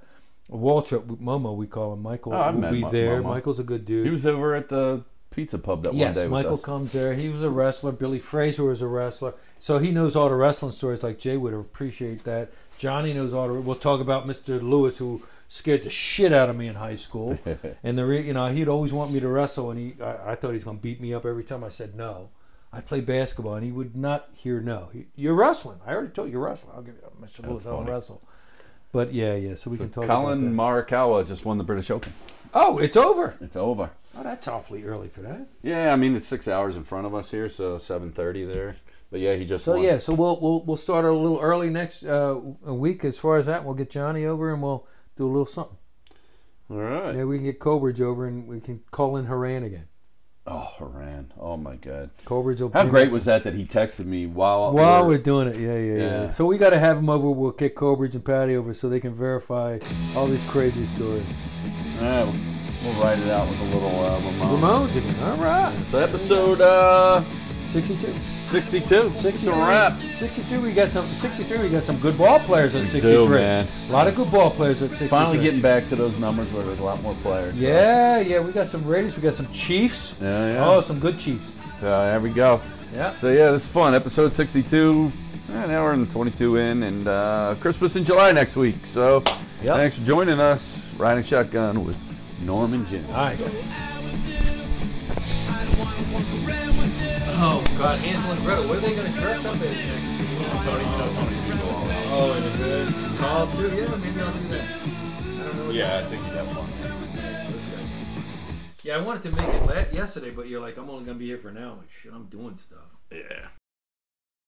B: Waltrip, Momo, we call him. Michael
A: Oh, I've
B: will
A: met
B: be
A: Mo-
B: there.
A: Momo.
B: Michael's a good dude.
A: He was over at the pizza pub that one
B: Yes,
A: day. with
B: Michael
A: us.
B: comes there. He was a wrestler. Billy Fraser was a wrestler. So he knows all the wrestling stories. Like Jay would appreciate that. Johnny knows all the. We'll talk about Mr. Lewis, who scared the shit out of me in high school. and the re, you know he'd always want me to wrestle, and he I, I thought he was gonna beat me up every time I said no. I play basketball, and he would not hear no. He, you're wrestling. I already told you you're wrestling. I'll give you Mr. Lewis. I'll
A: funny.
B: wrestle. But yeah, yeah. So we can talk. about
A: Colin
B: that.
A: Morikawa just won the British Open.
B: oh, it's over.
A: It's over.
B: Oh, that's awfully early for that.
A: Yeah, I mean it's six hours in front of us here, so seven thirty there. But yeah, he just
B: So
A: won.
B: yeah, so we'll we'll we'll start a little early next uh, a week as far as that. We'll get Johnny over and we'll do a little something.
A: All right.
B: Yeah, we can get Cobridge over and we can call in Haran again.
A: Oh, Haran. Oh my God.
B: Cobridge will.
A: How
B: ping
A: great
B: us.
A: was that that he texted me while
B: While
A: we
B: we're
A: were-
B: doing it, yeah, yeah, yeah.
A: Yeah.
B: So we got to have him over. We'll get Cobridge and Patty over so they can verify all these crazy stories.
A: All right, we'll write it out with a little uh, Ramon.
B: Ramones again. All right,
A: So episode uh,
B: 62,
A: 62. It's
B: 62,
A: a wrap.
B: 62. We got some 63. We got some good ball players at 63.
A: do, man.
B: A lot of good ball players at 63.
A: Finally getting back to those numbers where there's a lot more players. so-
B: Yeah, yeah. We got some Raiders. We got some Chiefs.
A: Yeah, yeah.
B: Oh, some good Chiefs.
A: So there we go.
B: Yeah.
A: So yeah, this is fun. Episode 62. An hour and 22 in, and uh, Christmas in July next week. So
B: Yep.
A: thanks for joining us. Riding Shotgun with Norman Jim.
B: All right. Oh God, Hansel and Gretel. What are they going to dress up as? Oh, and the call too. Yeah, maybe I'll do that. I don't know. What
A: Yeah, I think that's fun.
B: Yeah, I wanted to make it la- yesterday, but you're like, I'm only going to be here for an hour. Like, shit, I'm doing stuff.
A: Yeah.